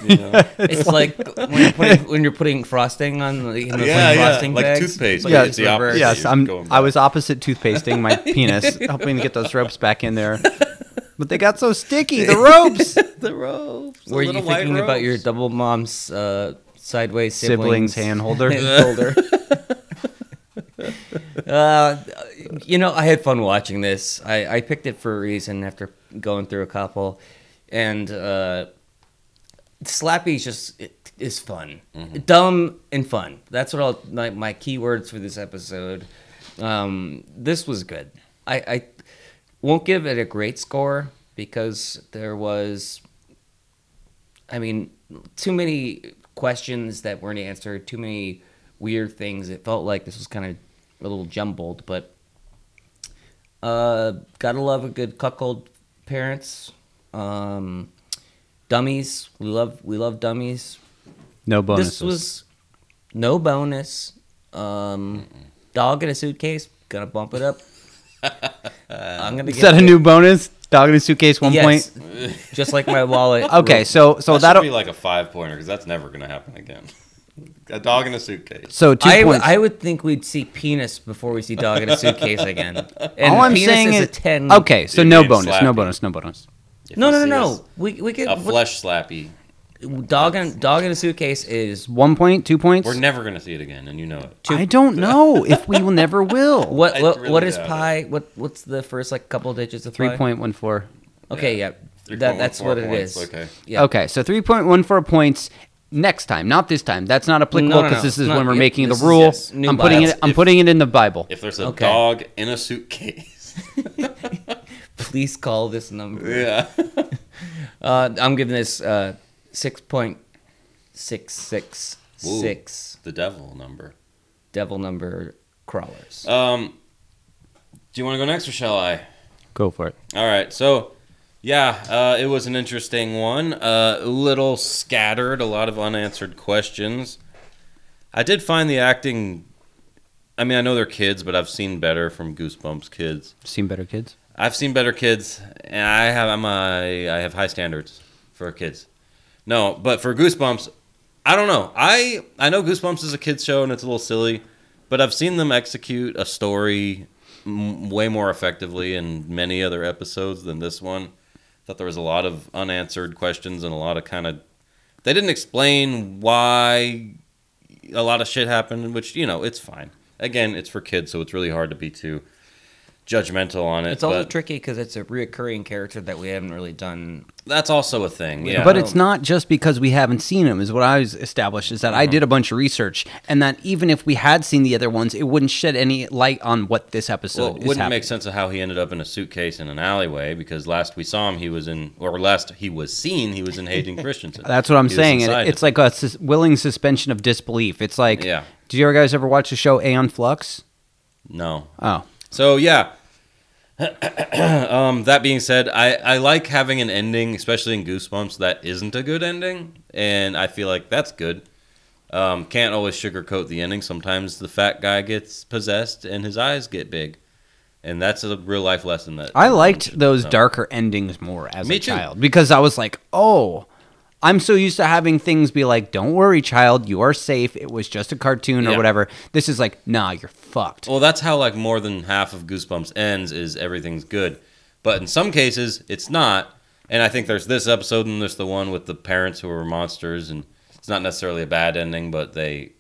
you know, It's like when you're putting, when you're putting frosting on the you know, Yeah, yeah, frosting like bags, toothpaste, but but it's it's the reversed. opposite. Yes, Yeah, I'm. going back. I was opposite toothpasting my penis, hoping to get those ropes back in there. But they got so sticky. The ropes. the ropes. the Were you little white thinking about your ropes. double mom's uh, sideways siblings, Siblings hand holder. holder? uh, you know, I had fun watching this. I, I picked it for a reason after going through a couple, and uh, Slappy's just it, is fun, dumb and fun. That's what I'll my, my key words for this episode. Um, this was good. I, I won't give it a great score because there was, I mean, too many questions that weren't answered, too many weird things. It felt like this was kind of a little jumbled, but uh, gotta love a good cuckold parents. Um, dummies, we love we love dummies. No bonuses. This was no bonus. Um, dog in a suitcase, gonna bump it up. I'm gonna Is that a new bonus? Dog in a suitcase. One point. point? Just like my wallet. Okay, so so That that should be will like a five pointer because that's never gonna happen again. a dog in a suitcase. so two I, would- points. I would think we'd see penis before we see dog in a suitcase again. And All I'm penis saying is, is a ten. okay. So You no mean bonus. No slappy. bonus. No bonus. If No, you no, no, see no. We we could A, a flesh slappy. dog in dog in a suitcase is One point. Two points. We're never gonna see it again, and you know it. I don't know if we will never will. what I what, really what is doubt it. pi? What what's the first like couple digits of Three pi? point one four. Okay, yeah, Three that, point that's four what it points, is. Okay. Yeah. Okay, so three point one four points next time, not this time. That's not applicable No, no, because no. this is No, when we're yeah, making the this is- rule. yes, new I'm putting Bible. it. I'm If- putting it in the Bible. If there's a Okay. dog in a suitcase, please call this number. Yeah. Uh, I'm giving this uh, 6.666 The devil number. devil number crawlers. Um, do you want to go next or shall I? Go for it. All right. So, yeah, uh, it was an interesting one. Uh, a little scattered, a lot of unanswered questions. I did find the acting. I mean, I know they're kids, but I've seen better from Goosebumps kids. Seen better kids. I've seen better kids, and I have I'm a, I have high standards for kids. No, but for Goosebumps, I don't know. I I know Goosebumps is a kids show and it's a little silly, but I've seen them execute a story m- way more effectively in many other episodes than this one. Thought there was a lot of unanswered questions and a lot of kind of they didn't explain why a lot of shit happened, which you know it's fine. Again, it's for kids, so it's really hard to be too judgmental on it. it's also but- tricky because it's a reoccurring character that we haven't really done. That's also a thing. Yeah. But it's not just because we haven't seen them, is what I was established, is that Mm-hmm. I did a bunch of research, and that even if we had seen the other ones, it wouldn't shed any light on what this episode well, is it wouldn't happening. make sense of how he ended up in a suitcase in an alleyway because last we saw him, he was in, or last he was seen, he was in Hayden Christensen. That's what I'm He was saying. inside and It's him. like a sus- willing suspension of disbelief. It's like, Yeah. do you guys ever watch the show Aeon Flux? no. Oh, So yeah. um, that being said, I, I like having an ending, especially in Goosebumps, that isn't a good ending, and I feel like that's good. Um, can't always sugarcoat the ending. Sometimes the fat guy gets possessed and his eyes get big, and that's a real life lesson that I liked those No. darker endings more as Me a too. child because I was like, oh, I'm so used to having things be like, don't worry, child, you are safe. It was just a cartoon Yeah. Oh, or whatever. This is like, nah, you're fucked. Well, that's how like more than half of Goosebumps ends is everything's good, but in some cases it's not. And I think there's this episode and there's the one with the parents who are monsters, and it's not necessarily a bad ending, but they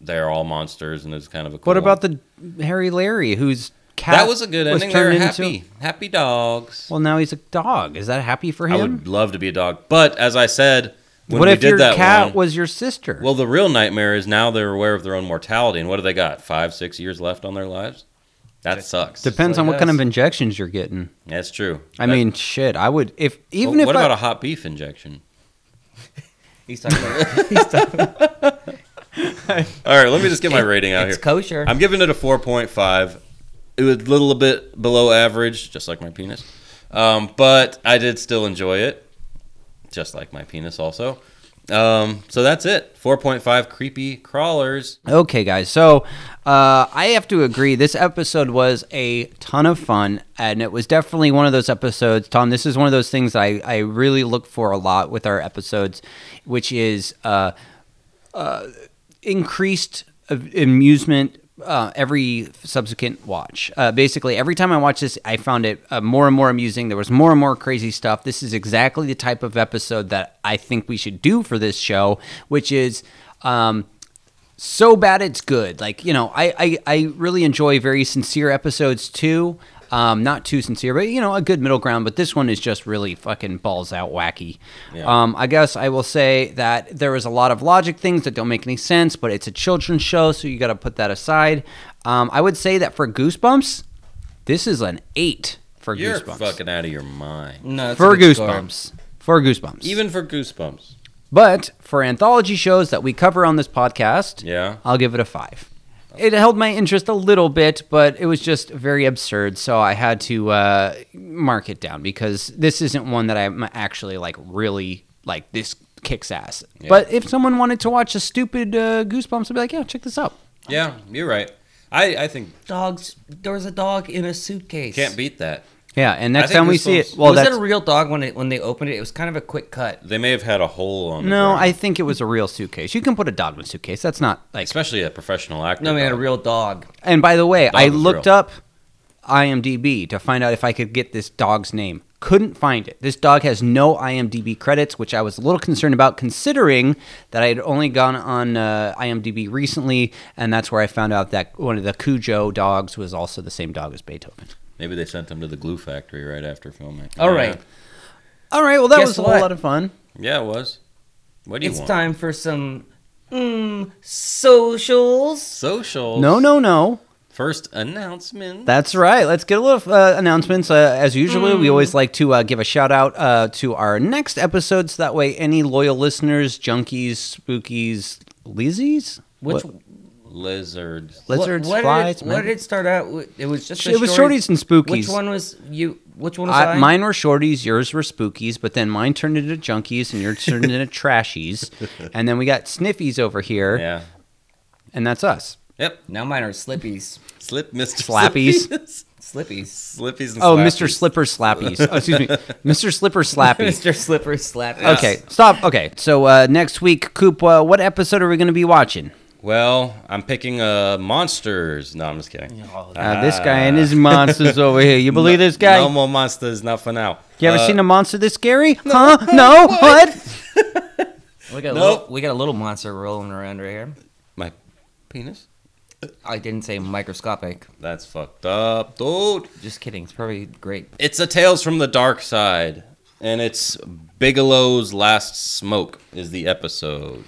they're all monsters, and it's kind of a. Cool what about one. the Harry Larry who's cat? That was a good ending. They're happy, happy dogs. Well, now he's a dog. Is that happy for him? I would love to be a dog, but as I said, when what we if did your that cat one, was your sister? Well, the real nightmare is now they're aware of their own mortality, and what do they got? Five, six years left on their lives. That sucks. depends like on what kind us. of injections you're getting. That's true. I That- mean, shit. I would if even Well, if what I, about a hot beef injection? He's talking about All right, let me just get my rating out it's here. kosher. I'm giving it a 4.5. It was a little bit below average, just like my penis. Um, but I did still enjoy it, just like my penis also. Um, so that's it. 4.5 creepy crawlers. Okay, guys. So uh, I have to agree. This episode was a ton of fun, and it was definitely one of those episodes. Tom, this is one of those things I I really look for a lot with our episodes, which is uh, uh, increased uh, amusement. Uh, every subsequent watch. Uh, basically, every time I watched this, I found it uh, more and more amusing. There was more and more crazy stuff. This is exactly the type of episode that I think we should do for this show, which is um, so bad it's good. Like you know, I I, I really enjoy very sincere episodes too. Um, not too sincere, but you know, a good middle ground. But this one is just really fucking balls out wacky. Um, I guess I will say that there was a lot of logic things that don't make any sense, but it's a children's show, so you got to put that aside. Um, I would say that for Goosebumps, this is an eight for You're Goosebumps. fucking out of your mind. no, it's a for good score. Goosebumps. For Goosebumps. Even for Goosebumps. But for anthology shows that we cover on this podcast, Yeah. I'll give it a five. It held my interest a little bit, but it was just very absurd, so I had to uh, mark it down because this isn't one that I'm actually like really like this kicks ass. But if someone wanted to watch a stupid uh, Goosebumps, I'd be like, yeah, check this out. Yeah, you're right. I, I think Dogs. There was a dog in a suitcase. can't beat that. Yeah, and next think time we see Goosebumps- it, well, was that's it a real dog when it when they opened it? It was kind of a quick cut. They may have had a hole on the no, ground. I think it was a real suitcase. You can put a dog in a suitcase. That's not like especially a professional actor. No, man, a dog. real dog. And by the way, I was looked real. up IMDb to find out if I could get this dog's name. Couldn't find it. This dog has no IMDb credits, which I was a little concerned about, considering that I had only gone on uh, IMDb recently, and that's where I found out that one of the Cujo dogs was also the same dog as Beethoven. Maybe they sent him to the glue factory right after filming. All Yeah. right. All right, well, that Guess was a what? whole lot of fun. Yeah, it was. What do you It's want? time for some mm, socials. Socials. No, no, no. First announcement. That's right. Let's get a little uh, announcements. Uh, as usual, we Hmm. always like to uh, give a shout out uh, to our next episode, so that way any loyal listeners, junkies, spookies, lizzies, Which What- Lizards. lizards, what, what flies. Did it, what man. did it start out? with? It was just It a was short- shorties and spookies. Which one was you? Which one was I? I, mine were shorties, yours were spookies, but then mine turned into junkies, and yours turned into trashies, and then we got sniffies over here, Yeah. and that's us. Yep. Now mine are slippies. Slip, Mr. Slappies. Slippies. Slippies. Slippies and Oh, Mr. slappies. Slipper Slappies. Oh, excuse me, Mr. Slipper Slappies. Mr. Slipper Slappies. Okay, stop. Okay, so uh, next week, Coop, uh, what episode are we going to be watching? Well, I'm picking uh monsters. No, I'm just kidding. Oh, Uh, this guy and his monsters over here. You believe this guy? No more monsters, not for now. you ever Uh, seen a monster this scary? Huh? No? What? We got, a Nope. little, we got a little monster rolling around right here. my penis? I didn't say microscopic. That's fucked up, dude. Just kidding. It's probably great. It's a Tales from the Dark Side, and it's Bigelow's Last Smoke is the episode.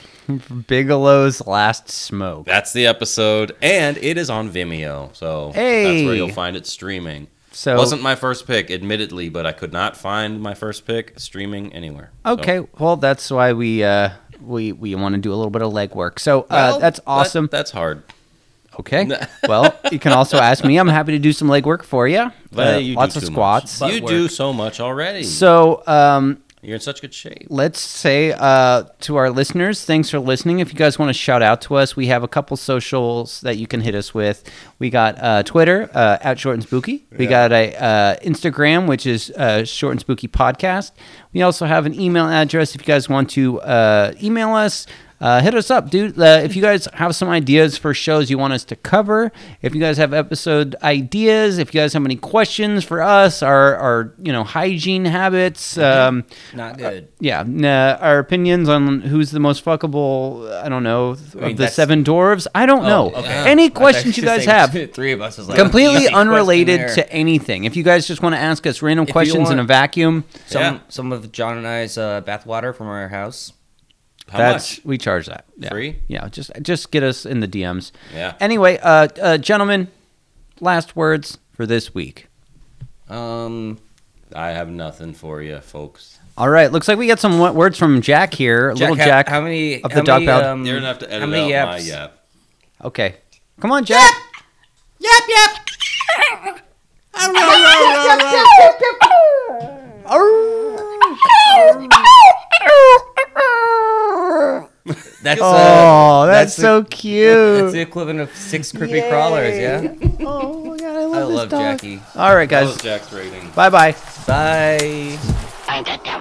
Bigelow's Last Smoke. That's the episode, and it is on Vimeo, so that's where Hey. you'll find it streaming. So Wasn't my first pick, admittedly, but I could not find my first pick streaming anywhere. So, okay. uh, Well, that's why we uh, we we want to do a little bit of legwork. So uh, well, that's that- awesome. Uh, that's hard. okay. well, you can also ask me. I'm happy to do some legwork for you. But you do lots of too much. squats. Butt you do work. so much already. So um, You're in such good shape. let's say uh, to our listeners, thanks for listening. If you guys want to shout out to us, we have a couple socials that you can hit us with. We got uh, Twitter uh, at Short and Spooky. We got a uh, Instagram, which is uh, Short and Spooky Podcast. We also have an email address if you guys want to uh, email us. Uh, hit us up, dude. Uh, if you guys have some ideas for shows you want us to cover, if you guys have episode ideas, if you guys have any questions for us, our, our you know hygiene habits, um, Not good. yeah, nah, our opinions on who's the most fuckable, uh, I don't know, of the that's- Oh, seven dwarves, I don't know. okay. I Any thought questions you were guys saying have, two- Three of us is like completely easy question there. unrelated to anything. If you guys just want to ask us random If you questions in want- a vacuum, some Yeah. some of John and I's uh, bathwater from our house. How that's much? we charge that. Yeah. Free? Yeah, just just get us in the DMs. Yeah. Anyway, uh, uh gentlemen, last words for this week. Um, I have nothing for you, folks. All right, looks like we got some wo- words from Jack here, little how- Jack. How many of the how dog many, pound. um, You're gonna have to edit how many out yaps? my yap. okay. Come on, Jack. That's Oh, uh, that's, the- so cute. That's the equivalent of six creepy crawlers. Yeah, Oh my god, I love I this love dog. Jackie. All right, That guys. was Jack's rating. Bye bye. Bye. Find a dog.